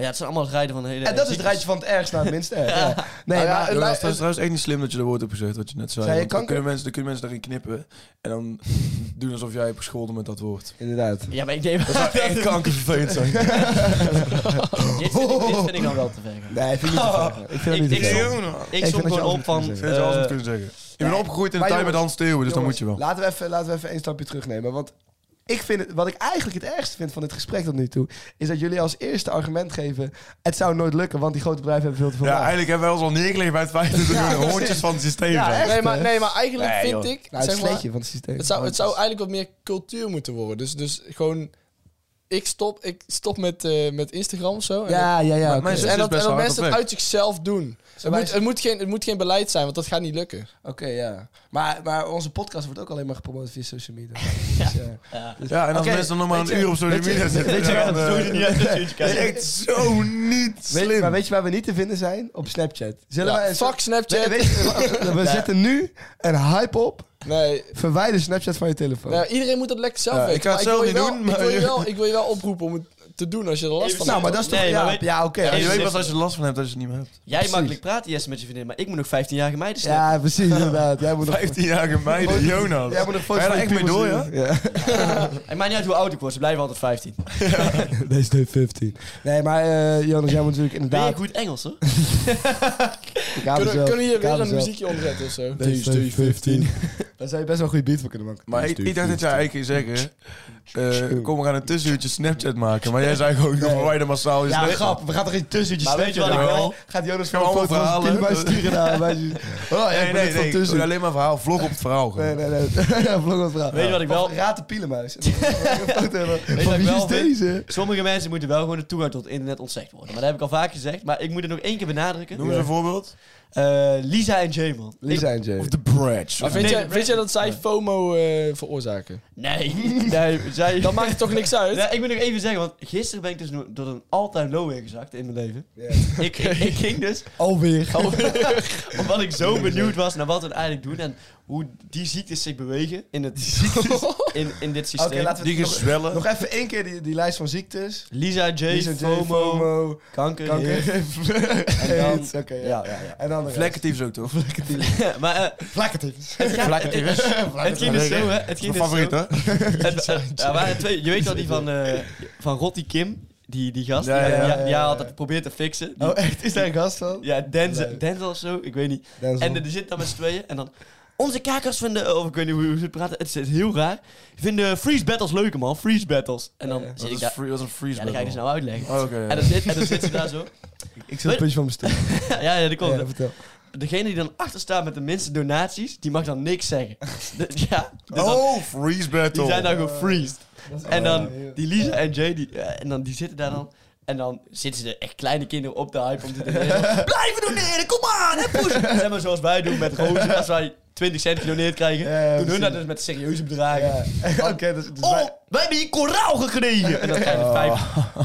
Speaker 5: ja, het zijn allemaal rijden van de hele...
Speaker 2: en dat is het
Speaker 5: ziektes.
Speaker 2: rijtje van het ergst naar het minst erg. Ja. Nee,
Speaker 3: Ah, ja,
Speaker 2: maar...
Speaker 3: Jonas,
Speaker 2: maar-
Speaker 3: het is trouwens echt niet slim dat je dat woord hebt gezegd, wat je net zei.
Speaker 2: Zei nou, je
Speaker 3: want dan,
Speaker 2: kanker?
Speaker 3: kunnen mensen, dan kunnen mensen daarin knippen en dan doen alsof jij hebt gescholden met dat woord.
Speaker 2: Inderdaad.
Speaker 5: Ja, maar ik neem...
Speaker 3: Dat zou echt kankervervelend zijn.
Speaker 5: dit, vind ik, dit vind ik dan wel te ver. gaan.
Speaker 2: Nee, ik vind het niet te ver. Ik vind het
Speaker 5: Oh, Ik-
Speaker 2: niet te
Speaker 5: ik-
Speaker 2: ver.
Speaker 5: Ik
Speaker 2: vind
Speaker 5: som
Speaker 2: dat je
Speaker 5: gewoon
Speaker 2: alles
Speaker 5: op van...
Speaker 2: moet
Speaker 3: Dat zou je alles
Speaker 5: eh,
Speaker 3: moeten kunnen zeggen. Ik ben
Speaker 2: nee.
Speaker 3: opgegroeid in
Speaker 2: Maar
Speaker 3: een tijd met
Speaker 2: jongens,
Speaker 3: Hans Theeuwen, dus dan moet je wel.
Speaker 2: Laten we even, laten we even een stapje terugnemen. Want ik vind het, wat ik eigenlijk het ergste vind van dit gesprek tot nu toe, is dat jullie als eerste argument geven: het zou nooit lukken, want die grote bedrijven hebben veel te veel.
Speaker 3: Ja,
Speaker 2: macht.
Speaker 3: eigenlijk hebben wij ons al neergelegd bij het feit dat we gewoon hondjes van het systeem
Speaker 2: Ja,
Speaker 3: zijn.
Speaker 2: echt,
Speaker 4: nee, maar,
Speaker 2: hè?
Speaker 4: nee, maar eigenlijk
Speaker 3: Nee,
Speaker 4: vind
Speaker 3: joh.
Speaker 4: ik...
Speaker 2: nou, het
Speaker 4: zeg maar,
Speaker 2: slechtje van het systeem.
Speaker 4: Het zou, het
Speaker 3: dus-
Speaker 4: zou eigenlijk wat meer cultuur moeten worden. Dus, dus gewoon, ik stop, ik stop met, eh, met Instagram of zo. En
Speaker 2: ja, ja, ja.
Speaker 3: Maar
Speaker 2: oké.
Speaker 3: mijn
Speaker 4: dat-
Speaker 3: zus-
Speaker 4: en
Speaker 3: dus is
Speaker 4: dat,
Speaker 3: best
Speaker 4: en dat
Speaker 3: wel hard
Speaker 4: mensen
Speaker 3: op
Speaker 4: het
Speaker 3: weg.
Speaker 4: uit zichzelf doen. Het
Speaker 2: wij-
Speaker 4: moet, het, moet geen, het moet geen beleid zijn, want dat gaat niet lukken.
Speaker 2: Oké, ja. Maar, maar onze podcast wordt ook alleen maar gepromoot via social media. Dus, ja.
Speaker 3: Ja, en als
Speaker 2: Oké,
Speaker 3: mensen dan nog maar
Speaker 2: weet
Speaker 3: een
Speaker 2: je-
Speaker 3: uur op social
Speaker 2: weet je-
Speaker 3: media
Speaker 2: weet je-
Speaker 3: zitten,
Speaker 2: weet je-
Speaker 3: dan, eh,
Speaker 5: sowieso niet uit het uurtje
Speaker 3: dat is
Speaker 5: kijken.
Speaker 3: echt zo niet
Speaker 2: Weet, maar
Speaker 3: slim.
Speaker 2: weet je waar we niet te vinden zijn? Op Snapchat. Zullen
Speaker 4: Ja,
Speaker 2: wij een
Speaker 4: fuck
Speaker 2: soort-
Speaker 4: Snapchat.
Speaker 2: Weet je- weet je- we zetten nu een hype op.
Speaker 4: Nee,
Speaker 2: Verwijder Snapchat van je telefoon.
Speaker 4: nou, iedereen moet dat lekker zelf
Speaker 3: Ja,
Speaker 4: weten.
Speaker 3: ik ga
Speaker 4: maar
Speaker 3: het zelf
Speaker 4: wil je
Speaker 3: niet
Speaker 4: wel-
Speaker 3: doen,
Speaker 4: Ik
Speaker 3: maar-
Speaker 4: wil, je wel, ik wil je wel oproepen om het te doen als je er last van
Speaker 2: nou,
Speaker 4: hebt.
Speaker 2: maar dat is toch...
Speaker 5: Nee, maar
Speaker 2: ja,
Speaker 5: weet-
Speaker 2: ja oké.
Speaker 3: Ja, je
Speaker 5: Ja,
Speaker 3: weet
Speaker 5: dus-
Speaker 3: pas als je er last van hebt dat je het niet meer hebt.
Speaker 5: Jij makkelijk praten, Jesse, met je vriendin, maar ik moet nog 15-jarige meiden snappen.
Speaker 2: Ja, precies, inderdaad. Jij moet nog...
Speaker 3: 15-jarige meiden, Jonas.
Speaker 2: Jij moet nog foto's
Speaker 3: Ga je
Speaker 2: van
Speaker 3: daar
Speaker 2: je
Speaker 3: echt mee
Speaker 2: piemel
Speaker 3: door,
Speaker 2: zien.
Speaker 3: ja?
Speaker 2: Ja.
Speaker 5: En maakt niet uit hoe oud ik word, ze blijven altijd 15.
Speaker 2: Deze deed 15. Nee, maar eh, Jonas, jij moet natuurlijk
Speaker 5: Ben je
Speaker 2: inderdaad...
Speaker 5: goed Engels, hoor?
Speaker 2: de kader
Speaker 4: kunnen,
Speaker 2: zelf-
Speaker 4: kunnen we hier weer
Speaker 2: kader
Speaker 4: een
Speaker 2: zelf.
Speaker 4: muziekje omzetten of zo?
Speaker 2: Deze deed 15. Daar zou je best wel een goede beat voor kunnen maken.
Speaker 3: Maar ik, ik dacht dat jij eigenlijk ging zeggen... eh, kom, we gaan een tussenuurtje Snapchat maken. Maar jij zei gewoon, nee. wij de massaal je
Speaker 2: Ja,
Speaker 3: Snapchat.
Speaker 2: grap. Oh, We gaan toch geen tussentjes
Speaker 5: Maar weet je
Speaker 2: Snapchat
Speaker 5: wat ik
Speaker 2: doen?
Speaker 3: wel-
Speaker 2: Gaat Jonas
Speaker 3: Gaan
Speaker 2: gewoon
Speaker 3: we
Speaker 2: foto's van
Speaker 3: allemaal
Speaker 2: zijn
Speaker 3: verhalen?
Speaker 2: kinderen sturen naar mij? Oh,
Speaker 3: Nee,
Speaker 2: ja,
Speaker 3: nee,
Speaker 2: ik ben
Speaker 3: nee.
Speaker 2: nee,
Speaker 3: ik
Speaker 2: tussen.
Speaker 3: doe alleen maar verhaal. Vlog op het verhaal. gewoon.
Speaker 2: Nee, nee, nee. Ja, vlog wat verhaal.
Speaker 5: Weet je wat ik wel-
Speaker 2: Of raad de pielenmuis. En dan maak ik een foto en dan-
Speaker 5: je wat
Speaker 2: Van
Speaker 5: ik
Speaker 2: wie
Speaker 5: wel
Speaker 2: is
Speaker 5: vind?
Speaker 2: deze?
Speaker 5: Sommige mensen moeten wel gewoon de toegang tot het internet ontzegd worden. Maar dat heb ik al vaak gezegd, maar ik moet het nog één keer benadrukken.
Speaker 3: Noem eens een voorbeeld.
Speaker 5: Eh, Lisa en Jay, man.
Speaker 2: Lisa en Jay.
Speaker 3: Of de Bradge.
Speaker 4: Maar vind,
Speaker 5: Nee,
Speaker 4: jij,
Speaker 5: we-
Speaker 4: vind jij dat zij FOMO eh, veroorzaken?
Speaker 5: Nee, nee, zij...
Speaker 4: Dat maakt toch niks uit?
Speaker 5: Ja, ik moet nog even zeggen, want gisteren ben ik dus no- door een all-time low heen gezakt in mijn leven.
Speaker 2: Ja.
Speaker 5: Ik, ik, ik ging dus,
Speaker 2: Alweer.
Speaker 5: omdat ik zo benieuwd was naar wat we eigenlijk doen en hoe die ziektes zich bewegen in, het ziektes, in, in dit systeem.
Speaker 2: Oké, laten we
Speaker 3: Die
Speaker 2: het nog-
Speaker 3: gezwellen.
Speaker 2: Nog even één keer die, die lijst van ziektes.
Speaker 5: Lisa, Jay,
Speaker 2: Lisa, Jay,
Speaker 5: FOMO,
Speaker 2: FOMO,
Speaker 5: kanker,
Speaker 2: kanker,
Speaker 5: HIV.
Speaker 2: en
Speaker 5: dan-
Speaker 2: AIDS. Oké, ja.
Speaker 5: Ja, ja, ja.
Speaker 2: En dan de rest.
Speaker 3: Vlekkatief is ook toch?
Speaker 5: maar eh,
Speaker 2: Vlakketief.
Speaker 5: het, gaat-
Speaker 3: Vlekkatief is.
Speaker 5: het ging dus zo, hè. Het ging
Speaker 3: Mijn
Speaker 5: dus zo.
Speaker 3: favoriet, hè?
Speaker 5: Het- het- er waren twee, je weet wel die van, eh van Rotti Kim, die, die gast,
Speaker 3: Ja,
Speaker 5: die,
Speaker 3: ja,
Speaker 5: die,
Speaker 2: ja,
Speaker 5: die
Speaker 2: ja.
Speaker 5: altijd probeert te fixen. Die-
Speaker 2: Oh, echt? Is daar een gast van?
Speaker 5: Ja, Denzel,
Speaker 2: Leuk.
Speaker 5: Denzel of zo, ik weet niet.
Speaker 2: Denzel.
Speaker 5: En er zit dan met z'n tweeën en dan... Onze kijkers vinden, of ik weet niet hoe hoe ze het praten, het is het is heel raar. Vinden freeze battles leuker man, freeze battles. En dan
Speaker 3: Dat
Speaker 5: zit ik
Speaker 3: is
Speaker 5: daar,
Speaker 3: free- dat is een freeze
Speaker 5: ja dat ga ik dus
Speaker 3: battle.
Speaker 5: nou uitleggen.
Speaker 3: Oh, oké, ja.
Speaker 5: En dan zit, en dan zit ze daar zo.
Speaker 2: Ik zit op het puntje van mijn stoel.
Speaker 5: ja, ja, dat komt.
Speaker 2: Ja, vertel.
Speaker 5: Degene die dan achter staat met de minste donaties, die mag dan niks zeggen. De- ja, dus dan-
Speaker 3: Oh, freeze battle.
Speaker 5: die zijn dan gefreezed. En dan
Speaker 2: heel-
Speaker 5: die Lisa en Jay, die, eh, en dan, die zitten daar dan. En dan zitten ze er echt kleine kinderen op de hype om te doneren. Blijven doneren, kom aan! Hè, poes! Zeg maar zoals wij doen met rozen. Als wij 20 cent gedoneerd krijgen.
Speaker 2: Ja, ja,
Speaker 5: doen
Speaker 2: precies.
Speaker 5: hun dat dus met serieuze bedragen.
Speaker 2: Ja. Oké, dus, dus
Speaker 5: Oh,
Speaker 2: wij-
Speaker 5: wij hebben hier koraal gekregen! En dan krijg
Speaker 2: Oh,
Speaker 5: je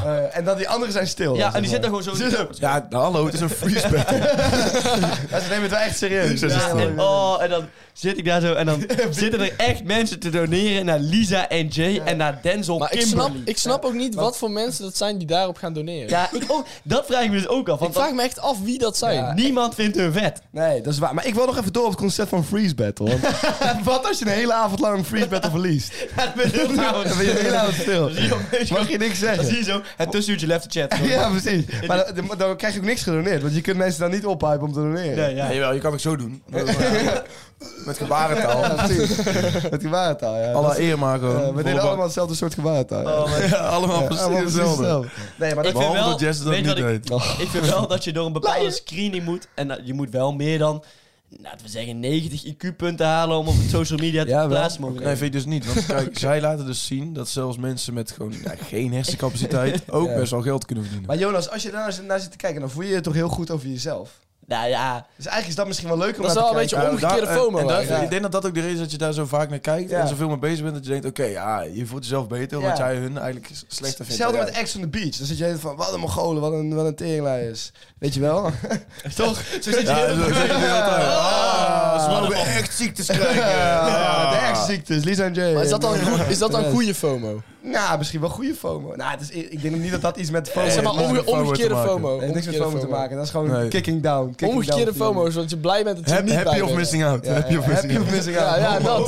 Speaker 5: vijf.
Speaker 2: eh, en dat die anderen zijn stil.
Speaker 5: Ja,
Speaker 2: zeg
Speaker 5: en die zit
Speaker 2: maar.
Speaker 5: daar gewoon zo...
Speaker 3: Ja, nou, hallo, het is een free spectrum.
Speaker 2: Ja, ze nemen het wel echt serieus.
Speaker 5: Ja, en, oh, en dan zit ik daar zo en dan zitten er echt mensen te doneren naar Lisa en Jay en naar Denzel
Speaker 4: Maar ik
Speaker 5: Kimberly.
Speaker 4: snap, ik snap ook niet wat voor mensen dat zijn die daarop gaan doneren.
Speaker 5: Ja, ik ook, dat vraag ik me dus ook af.
Speaker 4: ik
Speaker 5: Want
Speaker 4: vraag me echt af wie dat zijn.
Speaker 5: dat- niemand vindt hun vet.
Speaker 2: Nee, dat is waar. Maar ik wil nog even door op het concept van freeze battle. want wat als je een hele avond lang een freeze battle verliest?
Speaker 5: Dat bedoel ik nou.
Speaker 2: Dan ben je de hele avond stil. Mag
Speaker 5: Dan
Speaker 2: je niks
Speaker 5: zie
Speaker 2: zeggen?
Speaker 5: je zo het tussenuurtje left de chat.
Speaker 2: Ja, precies. Maar dan- dan, dan krijg je ook niks gedoneerd. Want je kunt mensen dan niet ophypen om te doneren.
Speaker 5: Nee, ja.
Speaker 3: Ja, jawel, je kan het zo doen. Met gebarentaal.
Speaker 2: Ja, precies. Met gebarentaal, ja. Dat
Speaker 3: Alle
Speaker 2: is-
Speaker 3: eer maar
Speaker 2: eh,
Speaker 3: gewoon.
Speaker 2: we deden allemaal hetzelfde soort gebarentaal. ja.
Speaker 5: Oh, maar-
Speaker 3: Ja, allemaal
Speaker 2: Ja, allemaal
Speaker 3: precies hetzelfde.
Speaker 2: hetzelfde. Nee, maar
Speaker 5: Ik
Speaker 2: dat-
Speaker 5: vind
Speaker 3: Behalve
Speaker 5: wel,
Speaker 3: dat Jesse dat
Speaker 5: weet je
Speaker 3: niet
Speaker 5: wat ik-
Speaker 3: deed.
Speaker 5: Ik vind wel dat je door een bepaalde screening moet. En dat- je moet wel meer dan, laten we zeggen, 90 IQ-punten halen om op het social media te
Speaker 2: Ja, wel.
Speaker 5: plaatsen mogen.
Speaker 3: Nee, vind ik dus niet. Want kijk, zij laten dus zien dat zelfs mensen met gewoon ja, geen hersencapaciteit ook
Speaker 2: Ja.
Speaker 3: best wel geld kunnen verdienen.
Speaker 2: maar Jonas, als je daar naar zit- naar zit te kijken, dan voel je je toch heel goed over jezelf.
Speaker 5: Nou ja,
Speaker 2: Dus eigenlijk is dat misschien wel leuker om
Speaker 4: Dat is
Speaker 2: naar
Speaker 4: wel
Speaker 2: te
Speaker 4: een beetje
Speaker 2: kijken.
Speaker 3: Ja,
Speaker 4: omgekeerde
Speaker 3: Eh, daar-
Speaker 4: FOMO
Speaker 3: en daar-
Speaker 4: eigenlijk.
Speaker 3: Ik denk dat dat ook de reden is dat je daar zo vaak naar kijkt
Speaker 2: Ja.
Speaker 3: en zoveel mee bezig bent. Dat je denkt, oké, ja, je voelt jezelf beter,
Speaker 2: Ja.
Speaker 3: want jij hun eigenlijk s- slechter vindt.
Speaker 2: Hetzelfde
Speaker 3: Ja.
Speaker 2: met Ex on the Beach. Dan zit je helemaal van, wat een Mongolen, wat een, wat een teringlijers. Weet je wel?
Speaker 5: toch? Zo zit je
Speaker 3: Ja,
Speaker 5: heel
Speaker 3: dat is
Speaker 5: erg-
Speaker 3: Ah, ze
Speaker 5: Ah.
Speaker 3: mogen echt ziektes krijgen.
Speaker 2: Ah,
Speaker 3: Ja.
Speaker 2: de ex-ziektes, Lisa en Jay.
Speaker 4: Maar is dat dan, goe- is dat dan
Speaker 2: Ja.
Speaker 4: goede FOMO?
Speaker 2: Nou, misschien wel goede FOMO. Nou, het is, ik denk niet dat dat iets met FOMO
Speaker 4: Zeg maar
Speaker 3: niks
Speaker 4: omge-
Speaker 3: met FOMO te
Speaker 4: omgekeerde
Speaker 3: maken.
Speaker 4: FOMO.
Speaker 2: heeft niks met
Speaker 4: Omgekeerde
Speaker 2: FOMO te maken. Dat is gewoon
Speaker 3: Nee.
Speaker 2: kicking down. kicking
Speaker 4: Omgekeerde
Speaker 2: down
Speaker 4: FOMO, zodat je blij bent dat je er
Speaker 3: Heb-
Speaker 4: niet bij
Speaker 3: Happy of
Speaker 4: bent.
Speaker 3: missing out.
Speaker 2: feeling.
Speaker 3: Happy of
Speaker 2: Ja,
Speaker 3: missing
Speaker 2: happy
Speaker 3: out.
Speaker 2: of missing
Speaker 4: Ja,
Speaker 2: out.
Speaker 4: ja, dat.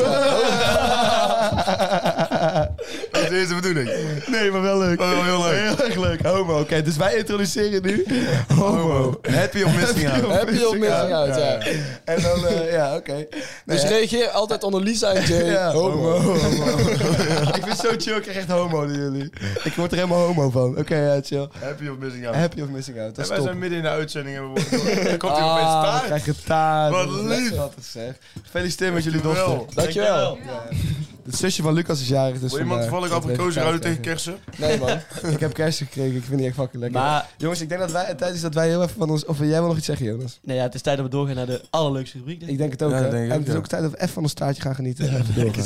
Speaker 3: Dat is deze bedoeling.
Speaker 2: Nee, maar wel leuk.
Speaker 3: Oh, heel leuk.
Speaker 2: Heel erg leuk. Homo. Oké, dus wij introduceren nu homo.
Speaker 3: Happy of missing out.
Speaker 4: Happy of missing out, ja.
Speaker 2: En dan, eh, ja, oké. Nee,
Speaker 4: Dus
Speaker 2: hè?
Speaker 4: reageer altijd onder Lisa en Jay.
Speaker 2: Ja,
Speaker 4: homo.
Speaker 2: homo. ik vind het zo chill, ik krijg echt homo door jullie. Ik word er helemaal homo van. Oké, ja, chill.
Speaker 3: Happy of missing out.
Speaker 2: Happy of missing out, dat
Speaker 3: En
Speaker 2: is
Speaker 3: wij
Speaker 2: top.
Speaker 3: zijn midden in de uitzending en we worden- dan komt hij
Speaker 2: Ah,
Speaker 3: opeens
Speaker 2: we
Speaker 3: taart.
Speaker 2: krijgen taart.
Speaker 3: Wat
Speaker 2: Dat is
Speaker 3: lief.
Speaker 2: Wat is zeg. Gefeliciteerd met jullie dochter.
Speaker 3: Wel.
Speaker 4: Dankjewel.
Speaker 2: Het zusje van Lucas is jarig, dus
Speaker 3: Wil iemand
Speaker 2: vandaag-
Speaker 3: toevallig
Speaker 2: dat we even
Speaker 3: aprikozen
Speaker 2: kaart
Speaker 3: ruilen tegen
Speaker 2: krijgen.
Speaker 3: kersen?
Speaker 4: Nee, man.
Speaker 2: Ik heb kersen gekregen, ik vind die echt fucking lekker.
Speaker 5: Maar
Speaker 2: Jongens, ik denk dat wij, tijd is dat wij heel even van ons... Of jij wil nog iets zeggen, Jonas?
Speaker 5: nou ja, het is tijd dat we doorgaan naar de allerleukste rubriek. denk ik.
Speaker 2: Ik denk het ook,
Speaker 3: Ja,
Speaker 2: hè?
Speaker 3: dat denk ik
Speaker 2: En
Speaker 3: ook,
Speaker 2: het is
Speaker 3: ja.
Speaker 2: ook tijd dat we even van ons taartje gaan genieten. en even doorgaan.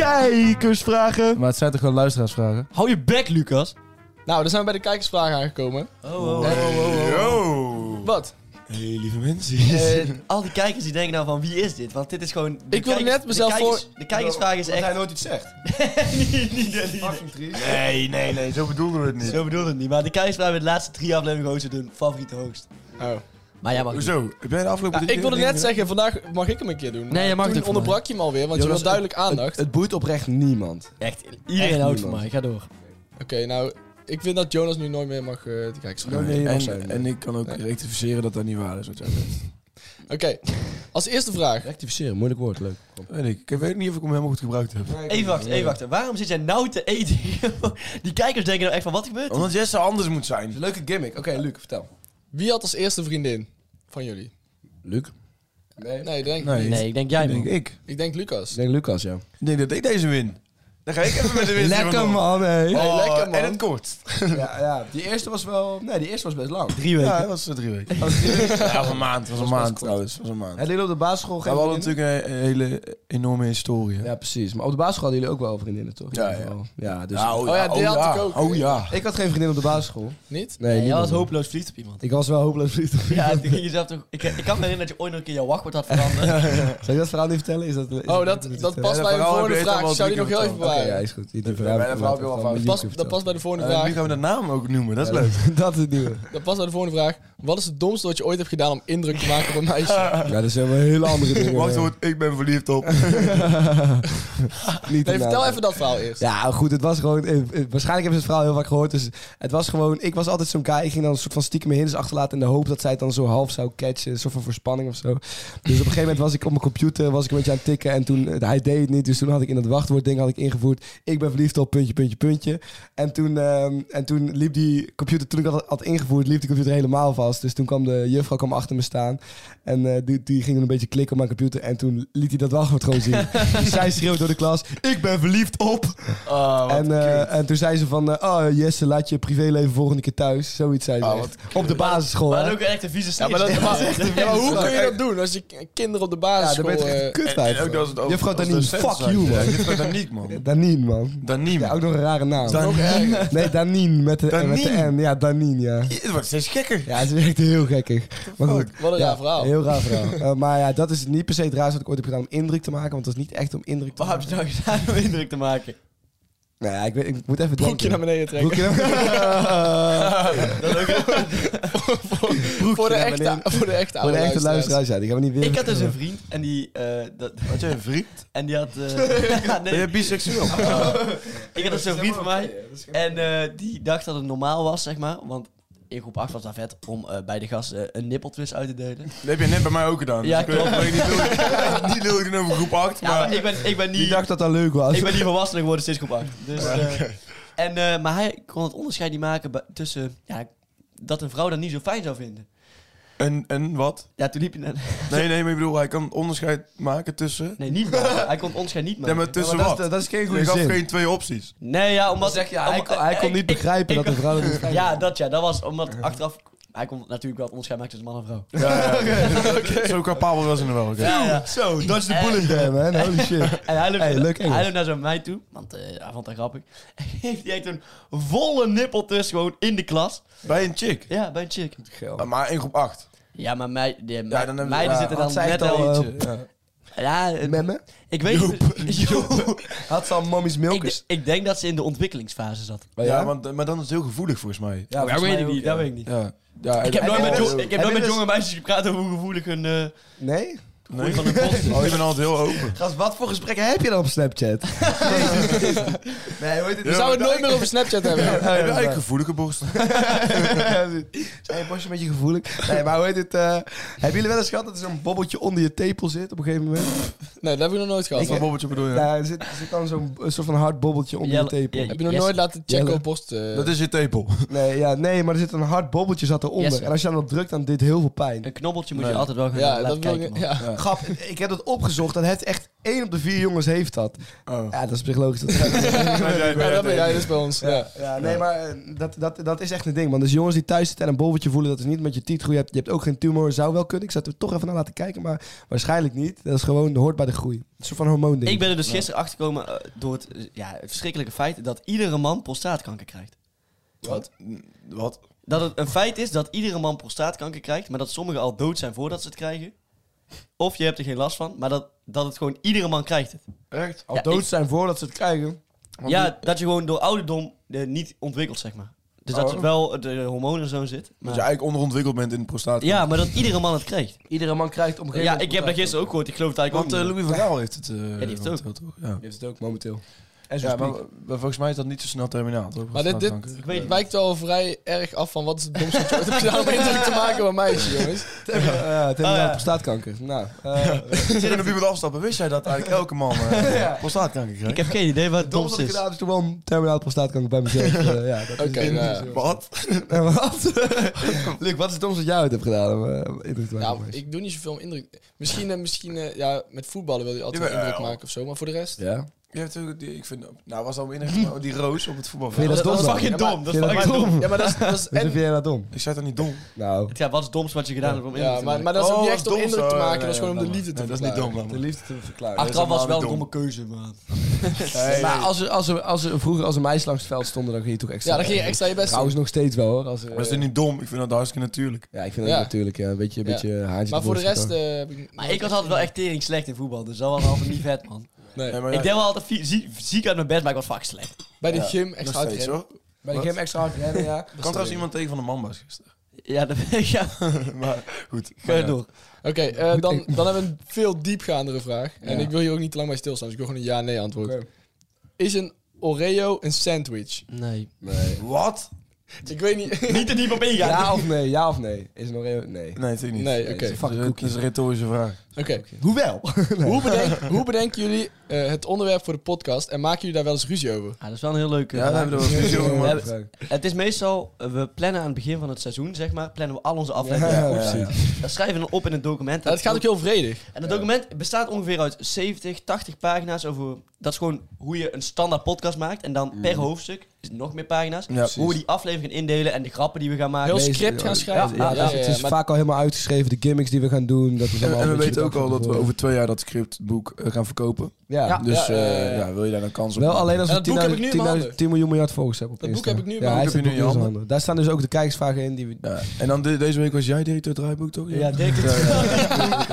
Speaker 2: Kijkersvragen.
Speaker 3: Maar het zijn toch gewoon luisteraarsvragen?
Speaker 5: Hou je bek, Lucas.
Speaker 3: Oh,
Speaker 4: Nou, dan zijn we bij de kijkersvragen aangekomen.
Speaker 5: Oh,
Speaker 3: Yo!
Speaker 4: Wat?
Speaker 3: Hey, lieve mensen. oh,
Speaker 5: Eh, al die kijkers die denken nou van wie is dit? Want dit is gewoon... de
Speaker 4: Ik wilde
Speaker 5: kijkers-
Speaker 4: net mezelf
Speaker 5: de kijkers, De kijkersvraag is
Speaker 2: Dat hij
Speaker 5: echt...
Speaker 2: nooit iets zegt.
Speaker 5: niet, niet, niet-
Speaker 2: Fucking triest.
Speaker 3: Nee, nee, nee, zo bedoelden we het niet.
Speaker 5: Zo bedoelde het niet. Maar de kijkersvraag met de laatste drie afleveringen gewoon zo doen. Favoriete hoogst.
Speaker 4: Oh.
Speaker 5: Maar jij mag niet.
Speaker 3: Hoezo? Ben je de afgelopen
Speaker 4: Nou,
Speaker 3: drie
Speaker 4: ik
Speaker 3: keer
Speaker 4: wilde
Speaker 3: dingen
Speaker 4: net zeggen, vandaag mag ik hem een keer doen.
Speaker 5: Nee, jij mag het
Speaker 4: Toen
Speaker 5: even
Speaker 4: onderbrak je hem alweer, want je
Speaker 2: Jonas,
Speaker 4: wil duidelijk aandacht.
Speaker 2: Het boeit oprecht niemand.
Speaker 5: Echt, iedereen
Speaker 2: Echt
Speaker 5: houdt van
Speaker 2: niemand.
Speaker 5: mij. Ga door.
Speaker 4: Oké, nou, ik vind dat Jonas nu nooit meer mag eh de kijkersvragen.
Speaker 2: Nee,
Speaker 3: En,
Speaker 2: mag zijn.
Speaker 3: en ik kan ook rectificeren dat dat niet waar is wat jij zegt.
Speaker 4: Oké, als eerste vraag.
Speaker 2: Rectificeren, moeilijk woord, leuk.
Speaker 3: Weet ik. Ik weet niet of ik hem helemaal goed gebruikt heb.
Speaker 5: Even wachten, even wachten. Waarom zit jij nou te eten? die kijkers denken nou echt van, wat gebeurt er?
Speaker 3: Omdat Jesse anders moet zijn.
Speaker 2: Leuke gimmick. Oké, Luc, vertel.
Speaker 4: Wie had als eerste vriendin van jullie?
Speaker 3: Luc?
Speaker 4: Nee, nee denk ik
Speaker 3: Nee.
Speaker 4: niet.
Speaker 5: Nee, ik denk jij,
Speaker 3: denk
Speaker 5: man.
Speaker 3: ik.
Speaker 4: Ik denk Lucas.
Speaker 2: denk Lucas, ja.
Speaker 3: Ik denk dat ik deze win. Dan ga ik even met de winst hiervan om.
Speaker 2: hé.
Speaker 4: Hey,
Speaker 3: Oh,
Speaker 4: lekker, man.
Speaker 3: En het kort.
Speaker 2: Ja, ja, die eerste was wel... Nee, die eerste was best lang.
Speaker 5: Drie weken.
Speaker 3: Ja, dat was eh, drie weken. Ja, of een maand. Het was een maand trouwens. Het was een maand.
Speaker 2: Hebben jullie op de basisschool
Speaker 3: Maar
Speaker 2: geen
Speaker 3: we hadden
Speaker 2: vriendinnen?
Speaker 3: natuurlijk een, een hele eh, enorme historie. hè?
Speaker 2: Ja, precies. Maar op de basisschool hadden jullie ook wel vriendinnen, toch?
Speaker 3: Ja,
Speaker 2: In ieder
Speaker 3: ja.
Speaker 2: geval. ja dus...
Speaker 3: Nou,
Speaker 4: Oh ja, die had ik ook.
Speaker 3: Oh ja.
Speaker 2: Ik had geen vriendin op de basisschool.
Speaker 4: Niet?
Speaker 2: Nee,
Speaker 5: jij
Speaker 2: niemand.
Speaker 5: was hopeloos verliefd op iemand.
Speaker 2: Ik was wel hopeloos verliefd.
Speaker 5: Ja, toen ging je zelf toch... Ik, ik kan me herinneren dat je ooit nog een keer jouw wachtwoord had veranderd.
Speaker 2: Zal ik dat verhaal niet vertellen? Is dat, is
Speaker 4: Oh, dat, dat past
Speaker 3: dat
Speaker 4: bij de
Speaker 3: verhaal
Speaker 4: volgende
Speaker 3: heb je
Speaker 4: vraag.
Speaker 3: helemaal
Speaker 4: Ik zou die nog
Speaker 3: drie
Speaker 4: heel
Speaker 3: keer
Speaker 4: even
Speaker 2: Oké, ja,
Speaker 4: bewaren.
Speaker 2: is goed. Die die
Speaker 3: Ja,
Speaker 2: verhaal
Speaker 3: bij dat verhaal heb je wel
Speaker 2: van
Speaker 3: fout.
Speaker 4: Dat
Speaker 2: Luc
Speaker 4: past, dat past bij de volgende
Speaker 3: Eh, nu
Speaker 4: vraag.
Speaker 3: gaan we de naam ook noemen. Dat is leuk.
Speaker 2: verteld. Dat is het nieuwe.
Speaker 4: Dat past bij de volgende vraag. Wat is het domste wat je ooit hebt gedaan om indruk te maken op een meisje?
Speaker 2: Ja, dat zijn wel hele andere dingen.
Speaker 3: Wachtwoord, ik ben verliefd op.
Speaker 2: Niet
Speaker 4: Nee,
Speaker 2: te
Speaker 4: vertel
Speaker 2: na-
Speaker 4: even dat verhaal eerst.
Speaker 2: Nou, Ja, goed, het was gewoon... eh, eh, waarschijnlijk hebben ze het verhaal heel vaak gehoord. Dus het was gewoon... Ik was altijd zo'n guy. Ik ging dan een soort van stiekem mijn hints achterlaten... in de hoop dat zij het dan zo half zou catchen. Een soort van voorspanning of zo. Dus op een gegeven moment was ik op mijn computer... was ik een beetje aan het tikken. En toen... eh, hij deed het niet. Dus toen had ik in dat wachtwoordding had ik uitgevoerd. Ik ben verliefd op puntje, puntje, puntje. En toen, ehm, en toen liep die computer, toen ik dat had ingevoerd, liep die computer helemaal vast. Dus toen kwam de juffrouw kwam achter me staan. En eh, die, die ging toen een beetje klikken op mijn computer. En toen liet hij dat wel gewoon gewoon zien. dus zij schreeuwt door de klas, ik ben verliefd op. en, eh, en toen zei ze van, eh, oh Jesse, laat je privéleven volgende keer thuis. Zoiets zei ze
Speaker 4: Oh,
Speaker 2: echt. Op de basisschool,
Speaker 5: Maar
Speaker 2: hè?
Speaker 5: ook echt een vieze
Speaker 4: Ja,
Speaker 5: sneer.
Speaker 4: maar, dat, maar- ja, maar hoe kun je dat doen als je k- kinderen op de
Speaker 2: Ja, daar
Speaker 4: basisschool...
Speaker 2: ben je toch echt
Speaker 4: eh,
Speaker 2: een kut
Speaker 3: En, en ook dat
Speaker 2: uit.
Speaker 3: het over,
Speaker 2: Juffrouw
Speaker 3: als
Speaker 2: Danien,
Speaker 3: docent
Speaker 2: fuck
Speaker 3: zei.
Speaker 2: you,
Speaker 3: Ja,
Speaker 2: man.
Speaker 3: juffrouw Daniek, man.
Speaker 2: Danien, man.
Speaker 3: Danien.
Speaker 2: Ja, ook nog een rare naam.
Speaker 3: Dan-
Speaker 4: nog erger.
Speaker 2: Nee, Danien met de, eh, met de
Speaker 3: Danien.
Speaker 2: N. Ja, Danien, ja.
Speaker 3: Het wordt steeds gekker.
Speaker 2: Ja, het is echt heel gekkig. Maar goed.
Speaker 4: Wat een
Speaker 2: ja,
Speaker 4: raar verhaal.
Speaker 2: Heel raar verhaal. Eh, maar ja, dat is niet per se het raarste wat ik ooit heb gedaan om indruk te maken. Want dat is niet echt om indruk te
Speaker 5: Wat heb
Speaker 2: maken.
Speaker 5: je nou gedaan om indruk te maken?
Speaker 2: Nou ja, ik, weet, ik moet even denken.
Speaker 4: Broekje naar beneden trekken.
Speaker 2: Broekje naar
Speaker 5: Eh,
Speaker 4: voor, de
Speaker 2: naar
Speaker 4: echte,
Speaker 2: beneden.
Speaker 4: voor de
Speaker 2: Voor de echte
Speaker 4: echte oude luisteraars.
Speaker 2: luisteraars, ja, die gaan we niet weer...
Speaker 5: Ik had dus een vriend en die... eh, dat,
Speaker 3: Had jij een vriend?
Speaker 5: en die had... eh, ja, nee.
Speaker 3: Ben je biseksueel?
Speaker 5: Ik had dus een vriend van mij. En eh, die dacht dat het normaal was, zeg maar. Want in groep 8 was dat vet om eh, bij de gast eh, een nippeltwist uit te delen.
Speaker 3: Dat heb je net bij mij ook gedaan. Dus
Speaker 5: Ja,
Speaker 3: ik weet-
Speaker 5: klopt.
Speaker 3: ik weet niet lul- Niet lul in over groep 8,
Speaker 5: Ja,
Speaker 3: maar...
Speaker 5: maar ik ben, ik ben
Speaker 2: Die
Speaker 5: niet...
Speaker 2: dacht dat dat leuk was.
Speaker 5: Ik ben niet volwassen geworden sinds groep 8. Dus, eh, en, eh, maar hij kon het onderscheid niet maken bij- tussen... Ja, dat een vrouw dat niet zo fijn zou vinden.
Speaker 3: En, en wat?
Speaker 5: Ja, toen liep je net...
Speaker 3: Nee, nee, maar ik bedoel, hij kan onderscheid maken tussen...
Speaker 5: Nee, niet maken. Hij kon het onderscheid niet
Speaker 3: Ja,
Speaker 5: maken.
Speaker 3: maar tussen
Speaker 2: Ja, maar
Speaker 3: wat?
Speaker 2: dat is- dat is geen goede
Speaker 3: Je gaf
Speaker 2: zin.
Speaker 3: geen twee opties.
Speaker 5: Nee, ja, omdat... Zeg, ja,
Speaker 2: Hij, kon- hij kon niet begrijpen dat een vrouw dat niet fijn
Speaker 5: Ja, dat ja. Dat was omdat achteraf... Hij kon natuurlijk wel het onderscheid maken tussen man en vrouw.
Speaker 3: Zo capabel was hij nog wel. oké.
Speaker 5: Ja, ja.
Speaker 2: Zo, dat is de bullet there, man. Holy shit.
Speaker 5: En hij loopt,
Speaker 2: Hey, leuk Engels.
Speaker 5: hij loopt naar zo'n meid toe, want eh, hij vond dat grappig. En heeft hij echt een volle nippeltust gewoon in de klas.
Speaker 3: Bij een chick.
Speaker 5: Ja, bij een chick.
Speaker 3: Uh, Maar in groep 8.
Speaker 5: Ja, maar meid, de,
Speaker 3: Ja, dan hebben-
Speaker 5: meiden
Speaker 3: ja,
Speaker 5: zitten
Speaker 2: Had
Speaker 5: dan
Speaker 2: zij
Speaker 5: net
Speaker 2: het al...
Speaker 5: al...
Speaker 2: eh,
Speaker 5: ja, eh,
Speaker 2: memmen?
Speaker 5: ik weet niet... Joep.
Speaker 2: Had ze al mommy's
Speaker 5: Ik,
Speaker 2: milkers?
Speaker 5: d- ik denk dat ze in de ontwikkelingsfase zat.
Speaker 3: Ja, Want, eh, maar dan is het heel gevoelig volgens mij.
Speaker 2: Ja, volgens mij ook, ja.
Speaker 5: dat weet ik niet.
Speaker 3: Ja. ja
Speaker 5: Ik heb
Speaker 3: en-
Speaker 5: nooit
Speaker 3: en-
Speaker 5: met,
Speaker 3: en-
Speaker 5: jo- ik heb nooit
Speaker 2: je
Speaker 5: met
Speaker 2: dus-
Speaker 5: jonge meisjes gepraat over hoe gevoelig hun... eh
Speaker 2: Nee?
Speaker 3: Nee.
Speaker 5: van hun post is.
Speaker 3: Oh, ik ben altijd heel open.
Speaker 2: Gast, wat voor gesprekken heb je dan op Snapchat? nee, hoe heet het?
Speaker 4: We zouden het nooit meer over Snapchat hebben.
Speaker 3: Heb je eigenlijk gevoelige borst?
Speaker 2: Zijn je borstje een beetje gevoelig? Nee, maar hoe heet het? eh, hebben jullie wel eens gehad dat er zo'n bobbeltje onder je tepel zit op een gegeven moment?
Speaker 4: Nee, dat heb ik nog nooit gehad.
Speaker 3: Wat voor bobbeltje bedoel je?
Speaker 2: Ja, er zit, er zit dan zo'n een soort van hard bobbeltje onder
Speaker 5: Jelle-
Speaker 2: je tepel.
Speaker 5: Jelle-
Speaker 4: Heb je nog
Speaker 5: Yes.
Speaker 4: nooit laten checken
Speaker 2: Jelle.
Speaker 4: op post? eh,
Speaker 3: Dat is je tepel.
Speaker 2: Nee, ja, nee, maar er zit een hard bobbeltje zat eronder.
Speaker 5: Yes.
Speaker 2: en als je dan op drukt, dan deed heel veel pijn.
Speaker 5: Een knobbeltje moet
Speaker 3: Nee.
Speaker 5: je altijd wel gaan
Speaker 4: ja,
Speaker 5: laten
Speaker 4: dat wil
Speaker 5: kijken.
Speaker 4: ik...
Speaker 5: man.
Speaker 4: Ja.
Speaker 2: Grap, ik heb dat opgezocht. Dat heeft echt één op de vier jongens heeft dat.
Speaker 3: Oh.
Speaker 2: Ja, dat is psychologisch. Dat
Speaker 4: Ja, dat ben jij dus bij ons. Ja.
Speaker 2: Ja, nee, maar eh, dat, dat, dat is echt een ding. Want dus jongens die thuis zitten en een bobbeltje voelen, dat is niet met je titel. Je hebt, je hebt ook geen tumor, zou wel kunnen. Ik zou het er toch even naar laten kijken, maar waarschijnlijk niet. Dat is gewoon, hoort bij de groei. Het is een soort van hormoonding.
Speaker 5: Ik ben er dus gisteren achter gekomen eh, door het, eh, ja, het verschrikkelijke feit dat iedere man prostaatkanker krijgt.
Speaker 3: Wat? Wat?
Speaker 5: Dat het een feit is dat iedere man prostaatkanker krijgt, maar dat sommigen al dood zijn voordat ze het krijgen. Of je hebt er geen last van, maar dat, dat het gewoon iedere man krijgt. Het.
Speaker 3: Echt?
Speaker 2: Al
Speaker 5: Ja,
Speaker 2: dood
Speaker 5: ik-
Speaker 2: zijn voordat ze het krijgen.
Speaker 5: ja, dat je gewoon door ouderdom eh, niet ontwikkelt, zeg maar. Dus dat
Speaker 3: Oh.
Speaker 5: het wel de hormonen zo zit.
Speaker 3: Dat
Speaker 5: Maar,
Speaker 3: je eigenlijk onderontwikkeld bent in de prostaat.
Speaker 5: ja, maar dat iedere man het krijgt.
Speaker 2: Iedere man krijgt op een
Speaker 5: Ja, ik heb dat gisteren ook gehoord. Ik geloof het eigenlijk
Speaker 3: Want
Speaker 5: ook
Speaker 3: eh,
Speaker 5: niet.
Speaker 3: Louis van Gaal heeft het. eh,
Speaker 5: die heeft het ook.
Speaker 3: momenteel, toch? Ja.
Speaker 2: Is het ook momenteel. En zo
Speaker 3: Ja, maar, maar volgens mij is dat niet zo snel terminaal. Toch?
Speaker 4: Maar dit,
Speaker 3: Prostaatkanker.
Speaker 4: dit
Speaker 5: weet het
Speaker 4: wijkt wel vrij erg af van wat is het domste wat je ooit hebt gedaan om indruk te maken bij meisjes, jongens.
Speaker 2: ja, het heeft
Speaker 5: Ah, ja.
Speaker 2: nou prostaatkanker. Nou, eh,
Speaker 3: Ik zit er op iemand afstappen. Wist jij dat eigenlijk elke man eh, prostaatkanker krijgt?
Speaker 5: Ik heb geen idee wat het
Speaker 2: dom dat
Speaker 5: domste
Speaker 2: ik
Speaker 5: is.
Speaker 2: gedaan heb, is toen wel een terminaal prostaatkanker bij mezelf. eh, ja, dat is
Speaker 4: Oké,
Speaker 2: dat
Speaker 4: nou ja.
Speaker 2: is-
Speaker 3: Wat?
Speaker 2: En Eh, wat? Luc, wat is het domste dat jij uit hebt gedaan? om, eh, indruk te
Speaker 4: Ja,
Speaker 2: maken?
Speaker 4: ik doe niet zoveel om indruk. Misschien, eh, misschien eh, ja, met voetballen wil je altijd wel
Speaker 3: Jawel.
Speaker 4: indruk maken of zo, maar voor de rest.
Speaker 2: ja?
Speaker 3: Je hebt ook die, ik vind, nou was dat wel inderdaad maar die roos op het voetbalveld.
Speaker 2: Vind je dat is dom
Speaker 5: fucking
Speaker 4: dan.
Speaker 5: dom. Dat
Speaker 2: Ja,
Speaker 5: is
Speaker 2: maar-
Speaker 5: fucking dom.
Speaker 4: Ja, maar dat is, dat
Speaker 2: Dus
Speaker 4: is en-
Speaker 2: vind jij dat dom?
Speaker 3: Ik zei dat niet dom.
Speaker 2: Nou,
Speaker 5: Ja, wat is het domste wat je gedaan hebt om in
Speaker 4: ja,
Speaker 5: te
Speaker 4: maar,
Speaker 5: maken?
Speaker 4: maar dat is ook
Speaker 3: Oh,
Speaker 4: niet
Speaker 3: dat
Speaker 4: echt
Speaker 3: is
Speaker 4: om
Speaker 3: dom,
Speaker 4: indruk te
Speaker 3: zo.
Speaker 4: maken,
Speaker 3: Ja,
Speaker 4: dat is gewoon
Speaker 3: ja,
Speaker 4: om de
Speaker 3: dan,
Speaker 4: liefde te
Speaker 3: nee, dat is niet
Speaker 4: verklaren.
Speaker 3: dom, dan.
Speaker 2: de liefde te verklaren.
Speaker 5: Achteraf was het wel een
Speaker 3: dom.
Speaker 5: domme keuze, man.
Speaker 3: Hey.
Speaker 2: Maar als er, als er, als er vroeger als er meisjes langs het veld stonden, dan ging je toch extra...
Speaker 4: Ja, dan ging je extra je best doen.
Speaker 2: Trouwens nog steeds wel hoor. Als, er-
Speaker 3: Maar is dit niet dom? Ik vind dat hartstikke natuurlijk.
Speaker 2: ja, ik vind dat
Speaker 4: Ja.
Speaker 2: natuurlijk ja, een beetje, een
Speaker 4: Ja.
Speaker 2: beetje haantje
Speaker 4: Maar voor de rest
Speaker 2: voorschieten.
Speaker 4: eh, heb ik...
Speaker 5: Maar ik was altijd wel echt tering slecht in voetbal, dus dat was altijd niet vet, man.
Speaker 4: Nee.
Speaker 3: Nee, maar
Speaker 5: Ik deed wel altijd fie- zie- ziek uit mijn bed, maar ik was vaak slecht.
Speaker 4: Bij de gym extra hard
Speaker 3: steeds,
Speaker 4: rennen.
Speaker 3: hoor.
Speaker 2: Bij de
Speaker 3: Wat?
Speaker 2: game extra hard rennen, ja.
Speaker 3: Er kan trouwens iemand tegen van de manbas gisteren.
Speaker 5: Ja, dat ja,
Speaker 3: maar goed.
Speaker 5: ga je door.
Speaker 4: Oké, eh, dan, dan hebben we een veel diepgaandere vraag. En ik wil hier ook niet te lang bij stilstaan, dus ik wil gewoon een ja-nee antwoord.
Speaker 2: Oké.
Speaker 4: Is een Oreo een sandwich?
Speaker 5: Nee.
Speaker 3: Wat?
Speaker 4: Ik weet niet...
Speaker 5: Niet te diep op ingaan.
Speaker 2: Ja of nee? Ja of nee? Is er nog een... Nee.
Speaker 3: Nee, natuurlijk niet.
Speaker 4: Nee, oké.
Speaker 3: Het is een retorische vraag.
Speaker 4: Oké.
Speaker 2: Hoewel.
Speaker 4: Hoe, bedenk- hoe bedenken jullie eh, het onderwerp voor de podcast en maken jullie daar wel eens ruzie over?
Speaker 5: Ja, dat is wel een heel leuk. eh,
Speaker 3: Ja, daar
Speaker 5: vraag.
Speaker 3: hebben we wel ruzie over
Speaker 5: We
Speaker 3: gemaakt.
Speaker 5: hebben- Het is meestal, eh, we plannen aan het begin van het seizoen, zeg maar, plannen we al onze afleveringen.
Speaker 2: Ja,
Speaker 3: ja, ja.
Speaker 5: Dat schrijven we dan op in een document.
Speaker 4: Ja, Nou, het gaat ook heel vredig.
Speaker 5: En het document bestaat ongeveer uit 70, 80 pagina's over... Dat is gewoon hoe je een standaard podcast maakt. En dan per hoofdstuk, is nog meer pagina's,
Speaker 3: precies.
Speaker 5: hoe we die aflevering gaan indelen en de grappen die we gaan maken.
Speaker 4: Heel script gaan schrijven.
Speaker 2: Ja, dus het is
Speaker 4: maar
Speaker 2: vaak al helemaal uitgeschreven, de gimmicks die we gaan doen. Dat is
Speaker 3: En,
Speaker 2: allemaal
Speaker 3: en we
Speaker 2: een beetje
Speaker 3: weten ook al
Speaker 2: bedacht
Speaker 3: dat we
Speaker 2: van
Speaker 3: over twee jaar dat scriptboek eh, gaan verkopen.
Speaker 2: tevoren. Ja.
Speaker 3: Dus
Speaker 4: Ja,
Speaker 3: ja,
Speaker 4: ja, ja, ja.
Speaker 3: ja, wil je daar een kans op
Speaker 2: Wel
Speaker 3: maken?
Speaker 2: alleen als
Speaker 4: En
Speaker 2: we
Speaker 4: dat boek
Speaker 2: 10.000
Speaker 4: heb ik nu in mijn
Speaker 2: 10.000 10 miljoen miljard volgers hebben op
Speaker 4: Dat boek
Speaker 2: Insta.
Speaker 4: heb ik nu in
Speaker 2: ja,
Speaker 4: mijn
Speaker 2: hij
Speaker 3: hand.
Speaker 2: heeft
Speaker 3: Heb je nu
Speaker 2: het boek
Speaker 3: in je
Speaker 2: in zijn handen. Daar staan dus ook de kijkersvragen in die we...
Speaker 3: Ja. En dan de- deze week was jij directeur draaiboek, toch?
Speaker 5: Ja, denk het.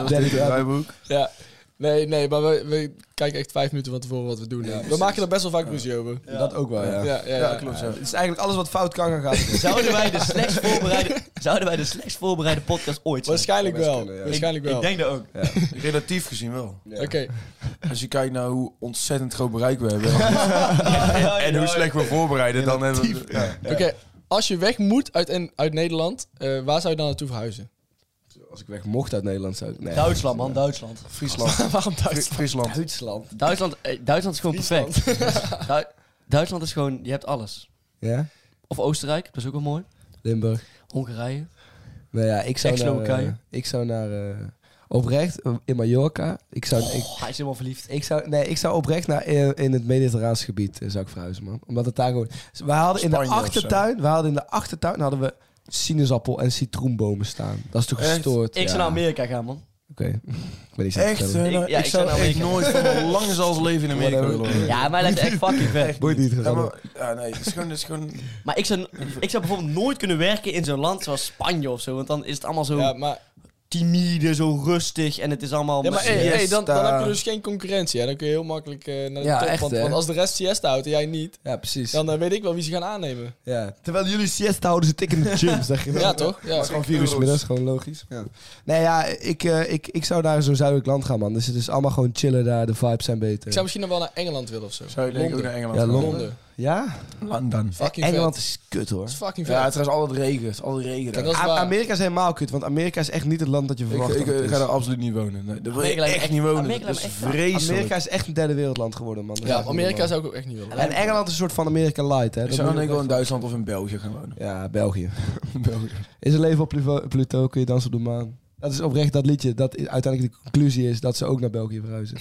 Speaker 3: directeur draaiboek.
Speaker 4: Ja. Nee, nee, maar we, we kijken echt vijf minuten van tevoren wat we doen. hè. we maken er best wel vaak ruzie over. Ja,
Speaker 2: Dat ook wel, ja.
Speaker 4: ja, ja.
Speaker 3: Ja, klopt.
Speaker 2: Het is eigenlijk alles wat fout kan gaan. gaat.
Speaker 5: Zouden wij de slechts voorbereide, zouden wij de slechts voorbereide podcast ooit zijn?
Speaker 4: Waarschijnlijk
Speaker 2: Zou best
Speaker 4: wel.
Speaker 2: kunnen, ja.
Speaker 4: Waarschijnlijk wel.
Speaker 5: Ik denk dat ook.
Speaker 3: Relatief gezien wel.
Speaker 4: Oké.
Speaker 3: Als je kijkt naar hoe ontzettend groot bereik we hebben en hoe
Speaker 5: Ja,
Speaker 3: slecht we voorbereiden, dan hebben we... Ja.
Speaker 4: Oké, als je weg moet uit, en, uit Nederland, eh, waar zou je dan naartoe verhuizen?
Speaker 2: Als ik weg mocht uit Nederland zou ik... Nee.
Speaker 5: Duitsland, man, Duitsland.
Speaker 3: Friesland.
Speaker 4: Waarom
Speaker 3: Fri- Friesland.
Speaker 2: Duitsland.
Speaker 5: Duitsland, eh, Duitsland is gewoon perfect. Du- Duitsland is gewoon, je hebt alles.
Speaker 2: Ja?
Speaker 5: Of Oostenrijk, dat is ook wel mooi.
Speaker 2: Limburg.
Speaker 5: Hongarije.
Speaker 2: Nou ja, ik zou naar...
Speaker 5: Ex-Slowakije.
Speaker 2: eh, ik zou naar... eh, oprecht, eh, in Mallorca. Ik zou... ik,
Speaker 5: Oh, hij is helemaal verliefd.
Speaker 2: Ik zou, nee, ik zou oprecht naar in, in het Mediterraanse gebied eh, zou ik verhuizen, man. Omdat het daar gewoon... We hadden in
Speaker 3: Spanje
Speaker 2: de
Speaker 3: of
Speaker 2: achtertuin, we hadden in de achtertuin hadden we sinaasappel en citroenbomen staan. Dat is toch
Speaker 3: Echt?
Speaker 2: gestoord?
Speaker 5: Ik zou
Speaker 2: Ja.
Speaker 5: naar Amerika gaan, man.
Speaker 2: Oké, ik ben niet aan het
Speaker 3: Echt?
Speaker 2: vertellen.
Speaker 3: eh, nou,
Speaker 5: Ik-
Speaker 3: ik,
Speaker 5: ja, ik zou
Speaker 3: zou
Speaker 5: naar
Speaker 3: echt
Speaker 5: Amerika.
Speaker 3: nooit van mijn lange zal leven in Amerika
Speaker 2: Whatever.
Speaker 3: willen wonen.
Speaker 5: Ja, mij lijkt het echt fucking vet.
Speaker 2: Boeit niet,
Speaker 3: Ja,
Speaker 2: gewoon.
Speaker 3: maar, ja, nee, het is gewoon... Het is gewoon
Speaker 5: Maar ik zou, ik zou bijvoorbeeld nooit kunnen werken in zo'n land zoals Spanje of zo. Want dan is het allemaal zo
Speaker 4: Ja, maar,
Speaker 5: timide, zo rustig. En het is allemaal... eh,
Speaker 4: ja, maar
Speaker 3: eh,
Speaker 4: hey, hey, dan, dan
Speaker 3: Siesta.
Speaker 4: heb je dus geen concurrentie. Hè? Dan kun je heel makkelijk eh, naar de
Speaker 2: Ja,
Speaker 4: top.
Speaker 2: echt,
Speaker 4: want,
Speaker 2: hè?
Speaker 4: want als de rest siesta houdt en jij niet,
Speaker 2: Ja, precies.
Speaker 4: dan eh, weet ik wel wie ze gaan aannemen.
Speaker 2: ja. Terwijl jullie siesta houden, zit ik in de gym, zeg je.
Speaker 4: Ja, toch? Ja.
Speaker 2: Gewoon vier uur 's middags, gewoon logisch. Ja. Nee, ja, ik, eh, ik, ik zou naar zo'n zuidelijk land gaan, man. Dus het is allemaal gewoon chillen daar, de vibes zijn beter.
Speaker 4: Ik zou misschien nog wel naar Engeland willen of zo.
Speaker 3: zou je denk ik ook naar Engeland
Speaker 2: Ja,
Speaker 3: gaan?
Speaker 2: Londen.
Speaker 4: Londen.
Speaker 2: Ja?
Speaker 3: London.
Speaker 4: Fucking
Speaker 2: Eh, Engeland
Speaker 4: vet.
Speaker 2: is kut, hoor.
Speaker 4: Dat is fucking vet.
Speaker 3: Ja, het is altijd regen. Het is altijd regen daar.
Speaker 4: Kijk, dat is
Speaker 2: A-
Speaker 4: waar.
Speaker 2: Amerika is helemaal kut, want Amerika is echt niet het land dat je
Speaker 3: Ik,
Speaker 2: verwacht.
Speaker 3: ik,
Speaker 2: dat het
Speaker 3: eh,
Speaker 2: is.
Speaker 3: ga daar absoluut niet wonen. Nee, daar wil ik
Speaker 5: Amerika lijkt me
Speaker 3: echt
Speaker 5: echt-
Speaker 3: niet wonen.
Speaker 5: Amerika
Speaker 3: Dat is
Speaker 5: lijkt me echt-
Speaker 3: vreselijk.
Speaker 2: Amerika is echt een derde wereldland geworden, man. Dat is
Speaker 4: ja,
Speaker 2: echt niet
Speaker 4: Amerika
Speaker 2: normaal.
Speaker 4: zou ik ook echt niet willen.
Speaker 2: En Engeland is een soort van Amerika light, hè?
Speaker 3: Ik
Speaker 2: Dat
Speaker 3: zou denk
Speaker 2: moet je
Speaker 3: ik wel in
Speaker 2: ook
Speaker 3: Duitsland of in België gaan wonen.
Speaker 2: echt- Ja, België.
Speaker 3: België.
Speaker 2: Is een leven op Pluto, Pluto, kun je dansen op de maan. Dat is oprecht dat liedje. Dat i- uiteindelijk de conclusie is dat ze ook naar België verhuizen.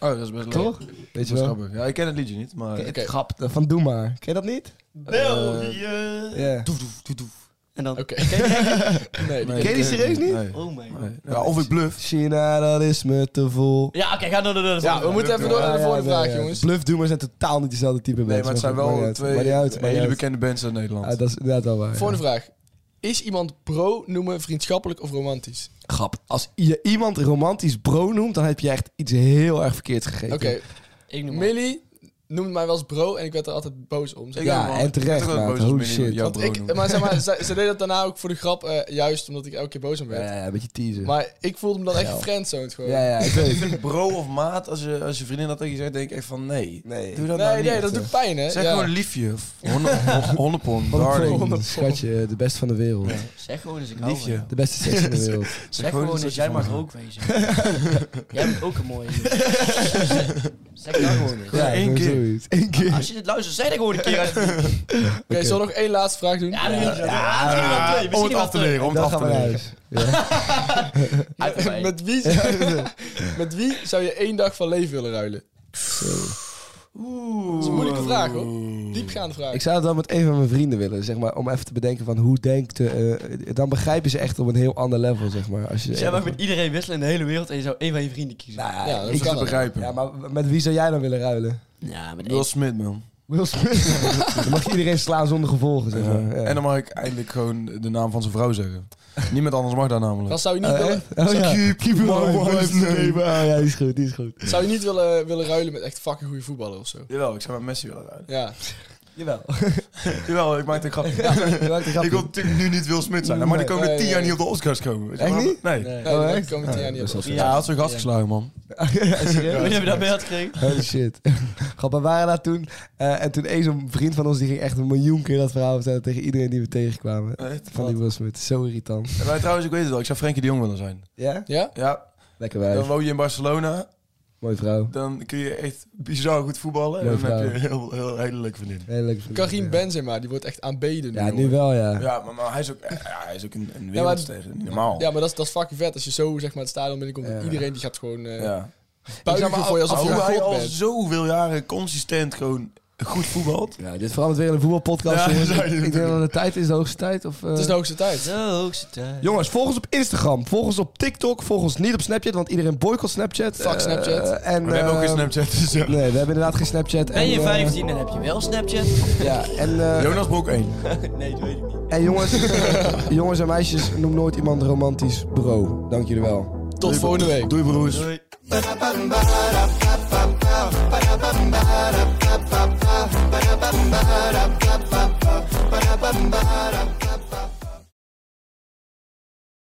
Speaker 3: Oh, dat is best leuk.
Speaker 2: Toch? Weet
Speaker 3: Dat
Speaker 2: je
Speaker 3: is
Speaker 2: wel?
Speaker 3: grappig. Ja, ik ken het liedje niet, maar...
Speaker 4: Oké.
Speaker 2: Grap, van Doe Maar. Ken je dat niet?
Speaker 5: België!
Speaker 2: Ja.
Speaker 5: Doef, doef, doef, doef. En dan...
Speaker 4: Oké. nee, die-
Speaker 3: Nee,
Speaker 2: Ken je die
Speaker 3: ik-
Speaker 2: serieus niet?
Speaker 3: nee,
Speaker 5: Oh my god.
Speaker 3: nee. Ja, of ik bluff.
Speaker 2: China, dat is me te vol.
Speaker 5: Ja, oké, ga door, door, door.
Speaker 4: Ja, we moeten even door naar de
Speaker 2: Ja, ja,
Speaker 4: volgende
Speaker 2: ja,
Speaker 4: vraag,
Speaker 2: ja.
Speaker 4: jongens.
Speaker 2: Bluff doemers zijn totaal niet dezelfde type mensen.
Speaker 3: Nee, maar het zijn
Speaker 2: goed, maakt
Speaker 3: wel
Speaker 2: niet uit.
Speaker 3: twee
Speaker 2: Maakt niet uit, maakt niet
Speaker 3: hele
Speaker 2: uit.
Speaker 3: bekende bands uit Nederland.
Speaker 2: Ah, Dat is inderdaad wel waar. ja.
Speaker 4: Volgende vraag. Is iemand pro noemen vriendschappelijk of romantisch?
Speaker 2: Grap. Als je iemand romantisch bro noemt, dan heb je echt iets heel erg verkeerds gegeven.
Speaker 4: Oké,
Speaker 5: Ik noem maar.
Speaker 4: Millie noemde mij wel eens bro en ik werd er altijd boos om. zeg
Speaker 3: Ik
Speaker 2: Ja,
Speaker 3: ook, man.
Speaker 2: en
Speaker 3: Ik ben
Speaker 2: terecht,
Speaker 3: toch ook
Speaker 2: maat.
Speaker 3: boos als
Speaker 2: Holy
Speaker 3: mensen
Speaker 2: shit.
Speaker 3: jou
Speaker 4: Want
Speaker 3: bro
Speaker 4: ik,
Speaker 3: noemen.
Speaker 4: maar zeg maar, ze, ze deed dat daarna ook voor de grap, eh, juist omdat ik elke keer boos om werd.
Speaker 2: Ja, ja, een beetje teaser.
Speaker 4: Maar ik voelde me dan echt
Speaker 2: Geil.
Speaker 4: friendzoned gewoon.
Speaker 2: ja, ja, ik weet
Speaker 3: Ik
Speaker 2: het.
Speaker 3: vind bro of maat, als je, als je vriendin dat tegen je zegt, denk ik echt van nee.
Speaker 2: Nee.
Speaker 3: Doe dat
Speaker 4: Nee,
Speaker 3: nou niet.
Speaker 4: nee, dat doet pijn, hè?
Speaker 3: Zeg
Speaker 4: Ja.
Speaker 3: gewoon liefje. of honden- Honnepon,
Speaker 2: Wat een
Speaker 3: darling.
Speaker 2: volgende. Schatje, de beste van de wereld.
Speaker 5: Zeg gewoon eens, ik hou van
Speaker 3: Liefje.
Speaker 5: jou.
Speaker 2: De beste seks van de wereld.
Speaker 5: Zeg
Speaker 3: gewoon
Speaker 5: gewoon
Speaker 3: eens
Speaker 5: eens,
Speaker 3: dat je
Speaker 5: jij
Speaker 3: van
Speaker 5: mag
Speaker 3: me
Speaker 5: er ook wezen. jij bent ook een mooie. zeg dat gewoon eens.
Speaker 3: Ja, één
Speaker 2: gewoon
Speaker 3: keer.
Speaker 2: zoiets. Eén keer. Ah,
Speaker 5: Als je dit luistert, zeg dat gewoon een keer. alsjeblieft.
Speaker 4: Oké, zullen we nog één laatste vraag doen?
Speaker 5: Ja, dan ja, ja,
Speaker 3: Om het af te leren, om het
Speaker 2: Dan
Speaker 3: af
Speaker 2: gaan
Speaker 3: te
Speaker 2: we naar
Speaker 3: leren.
Speaker 2: huis. Ja.
Speaker 4: met, wie, met wie zou je één dag van leven willen ruilen? Oeh. Dat is een moeilijke vraag, hoor. Diepgaande vraag.
Speaker 2: Ik zou het dan met een van mijn vrienden willen, zeg maar, om even te bedenken van hoe denkt... eh, eh, dan begrijpen ze echt op een heel ander level, zeg maar. Als je
Speaker 5: Dus jij mag met iedereen wisselen in de hele wereld en je zou één van je vrienden kiezen.
Speaker 2: Nou ja,
Speaker 4: Ja, dat
Speaker 2: ik-
Speaker 3: Ik kan
Speaker 4: kan
Speaker 3: het begrijpen.
Speaker 2: ja, maar met wie zou jij dan willen ruilen?
Speaker 5: ja, met
Speaker 3: Will Smith, man.
Speaker 2: Will Smith. dan mag je iedereen slaan zonder gevolgen, zeg maar. Ja.
Speaker 3: En dan mag ik eindelijk gewoon de naam van zijn vrouw zeggen. Niemand anders mag daar namelijk.
Speaker 4: Dan zou je niet, willen,
Speaker 2: Oh, ja.
Speaker 3: Keep, keep
Speaker 2: Oh, Ah, ja, die is goed, die is goed.
Speaker 4: zou je niet willen, willen ruilen met echt fucking goede voetballer of zo?
Speaker 3: Jawel, ik zou met Messi willen rijden.
Speaker 4: Ja.
Speaker 2: Jawel.
Speaker 3: Jawel, ik maak een grapje.
Speaker 2: Je maakt een grapje.
Speaker 3: Ik wil natuurlijk nu niet Will Smith zijn. Dan mag die
Speaker 4: Nee,
Speaker 3: komende
Speaker 4: nee,
Speaker 3: tien jaar
Speaker 4: nee.
Speaker 3: niet op de Oscars komen. Weet je
Speaker 2: Echt
Speaker 3: waarom?
Speaker 2: niet?
Speaker 3: Nee.
Speaker 4: Nee,
Speaker 2: Oh,
Speaker 4: dat
Speaker 2: echt?
Speaker 4: kan ik meteen niet op.
Speaker 3: Ja, hij had zijn gast geslagen, man.
Speaker 5: Wie heb je daarbij had gekregen?
Speaker 2: Holy shit. Grappig, we waren daar toen. eh, en toen eens een vriend van ons, die ging echt een miljoen keer dat verhaal vertellen tegen iedereen die we tegenkwamen.
Speaker 3: Echt?
Speaker 2: Van die Will Smith. Zo irritant.
Speaker 3: Maar trouwens, ik weet het al. Ik zou Frenkie de Jong willen zijn.
Speaker 2: Ja?
Speaker 4: Ja?
Speaker 3: Ja,
Speaker 2: Lekker
Speaker 3: dan
Speaker 2: wijf.
Speaker 3: woon je in Barcelona.
Speaker 2: Mooie vrouw.
Speaker 3: Dan kun je echt bizar goed voetballen.
Speaker 2: Mooie
Speaker 3: En dan heb
Speaker 2: vrouw.
Speaker 3: je heel, heel, hele leuke vriendin.
Speaker 2: Hele leuke vriendin.
Speaker 4: Karim Benzema, die wordt echt aanbeden nu.
Speaker 2: Ja, nu
Speaker 4: hoor.
Speaker 2: wel, ja.
Speaker 3: Ja, maar, maar hij is ook, ja, hij is ook een, een wereldster. Niet normaal.
Speaker 4: Ja, maar dat is, dat is fucking vet. Als je zo zeg maar, het stadion binnenkomt, en iedereen die gaat gewoon eh
Speaker 3: Ja.
Speaker 4: buigen
Speaker 3: Ik zeg maar,
Speaker 4: voor je alsof
Speaker 3: hoe
Speaker 4: je een
Speaker 3: hij
Speaker 4: god
Speaker 3: al
Speaker 4: bent.
Speaker 3: zoveel jaren consistent gewoon goed voetbalt.
Speaker 2: Ja, dit verandert weer in een voetbalpodcast.
Speaker 3: Ja,
Speaker 2: jongens.
Speaker 3: zou je
Speaker 2: ik ik
Speaker 3: doen.
Speaker 2: denk dat de tijd is, de hoogste tijd. Of, eh,
Speaker 4: Het is de hoogste tijd.
Speaker 5: De hoogste tijd.
Speaker 2: Jongens, volg ons op Instagram, volg ons op TikTok, volg ons niet op Snapchat, want iedereen boycott Snapchat.
Speaker 4: Fuck
Speaker 2: Eh,
Speaker 4: Snapchat.
Speaker 2: en,
Speaker 3: We hebben ook een
Speaker 2: eh,
Speaker 3: Snapchat. Dus ja.
Speaker 2: Nee, we hebben inderdaad geen Snapchat.
Speaker 5: Ben je
Speaker 2: en, eh,
Speaker 5: 15 en heb je wel Snapchat?
Speaker 2: ja, en, eh,
Speaker 3: Jonas Blok 1.
Speaker 5: nee, dat weet ik niet.
Speaker 2: en jongens, jongens en meisjes, noem nooit iemand romantisch bro. Dank jullie wel.
Speaker 4: Tot volgende week.
Speaker 3: Doei broers.
Speaker 5: Doei.
Speaker 6: Ba-da-bum-ba-da-ba-ba.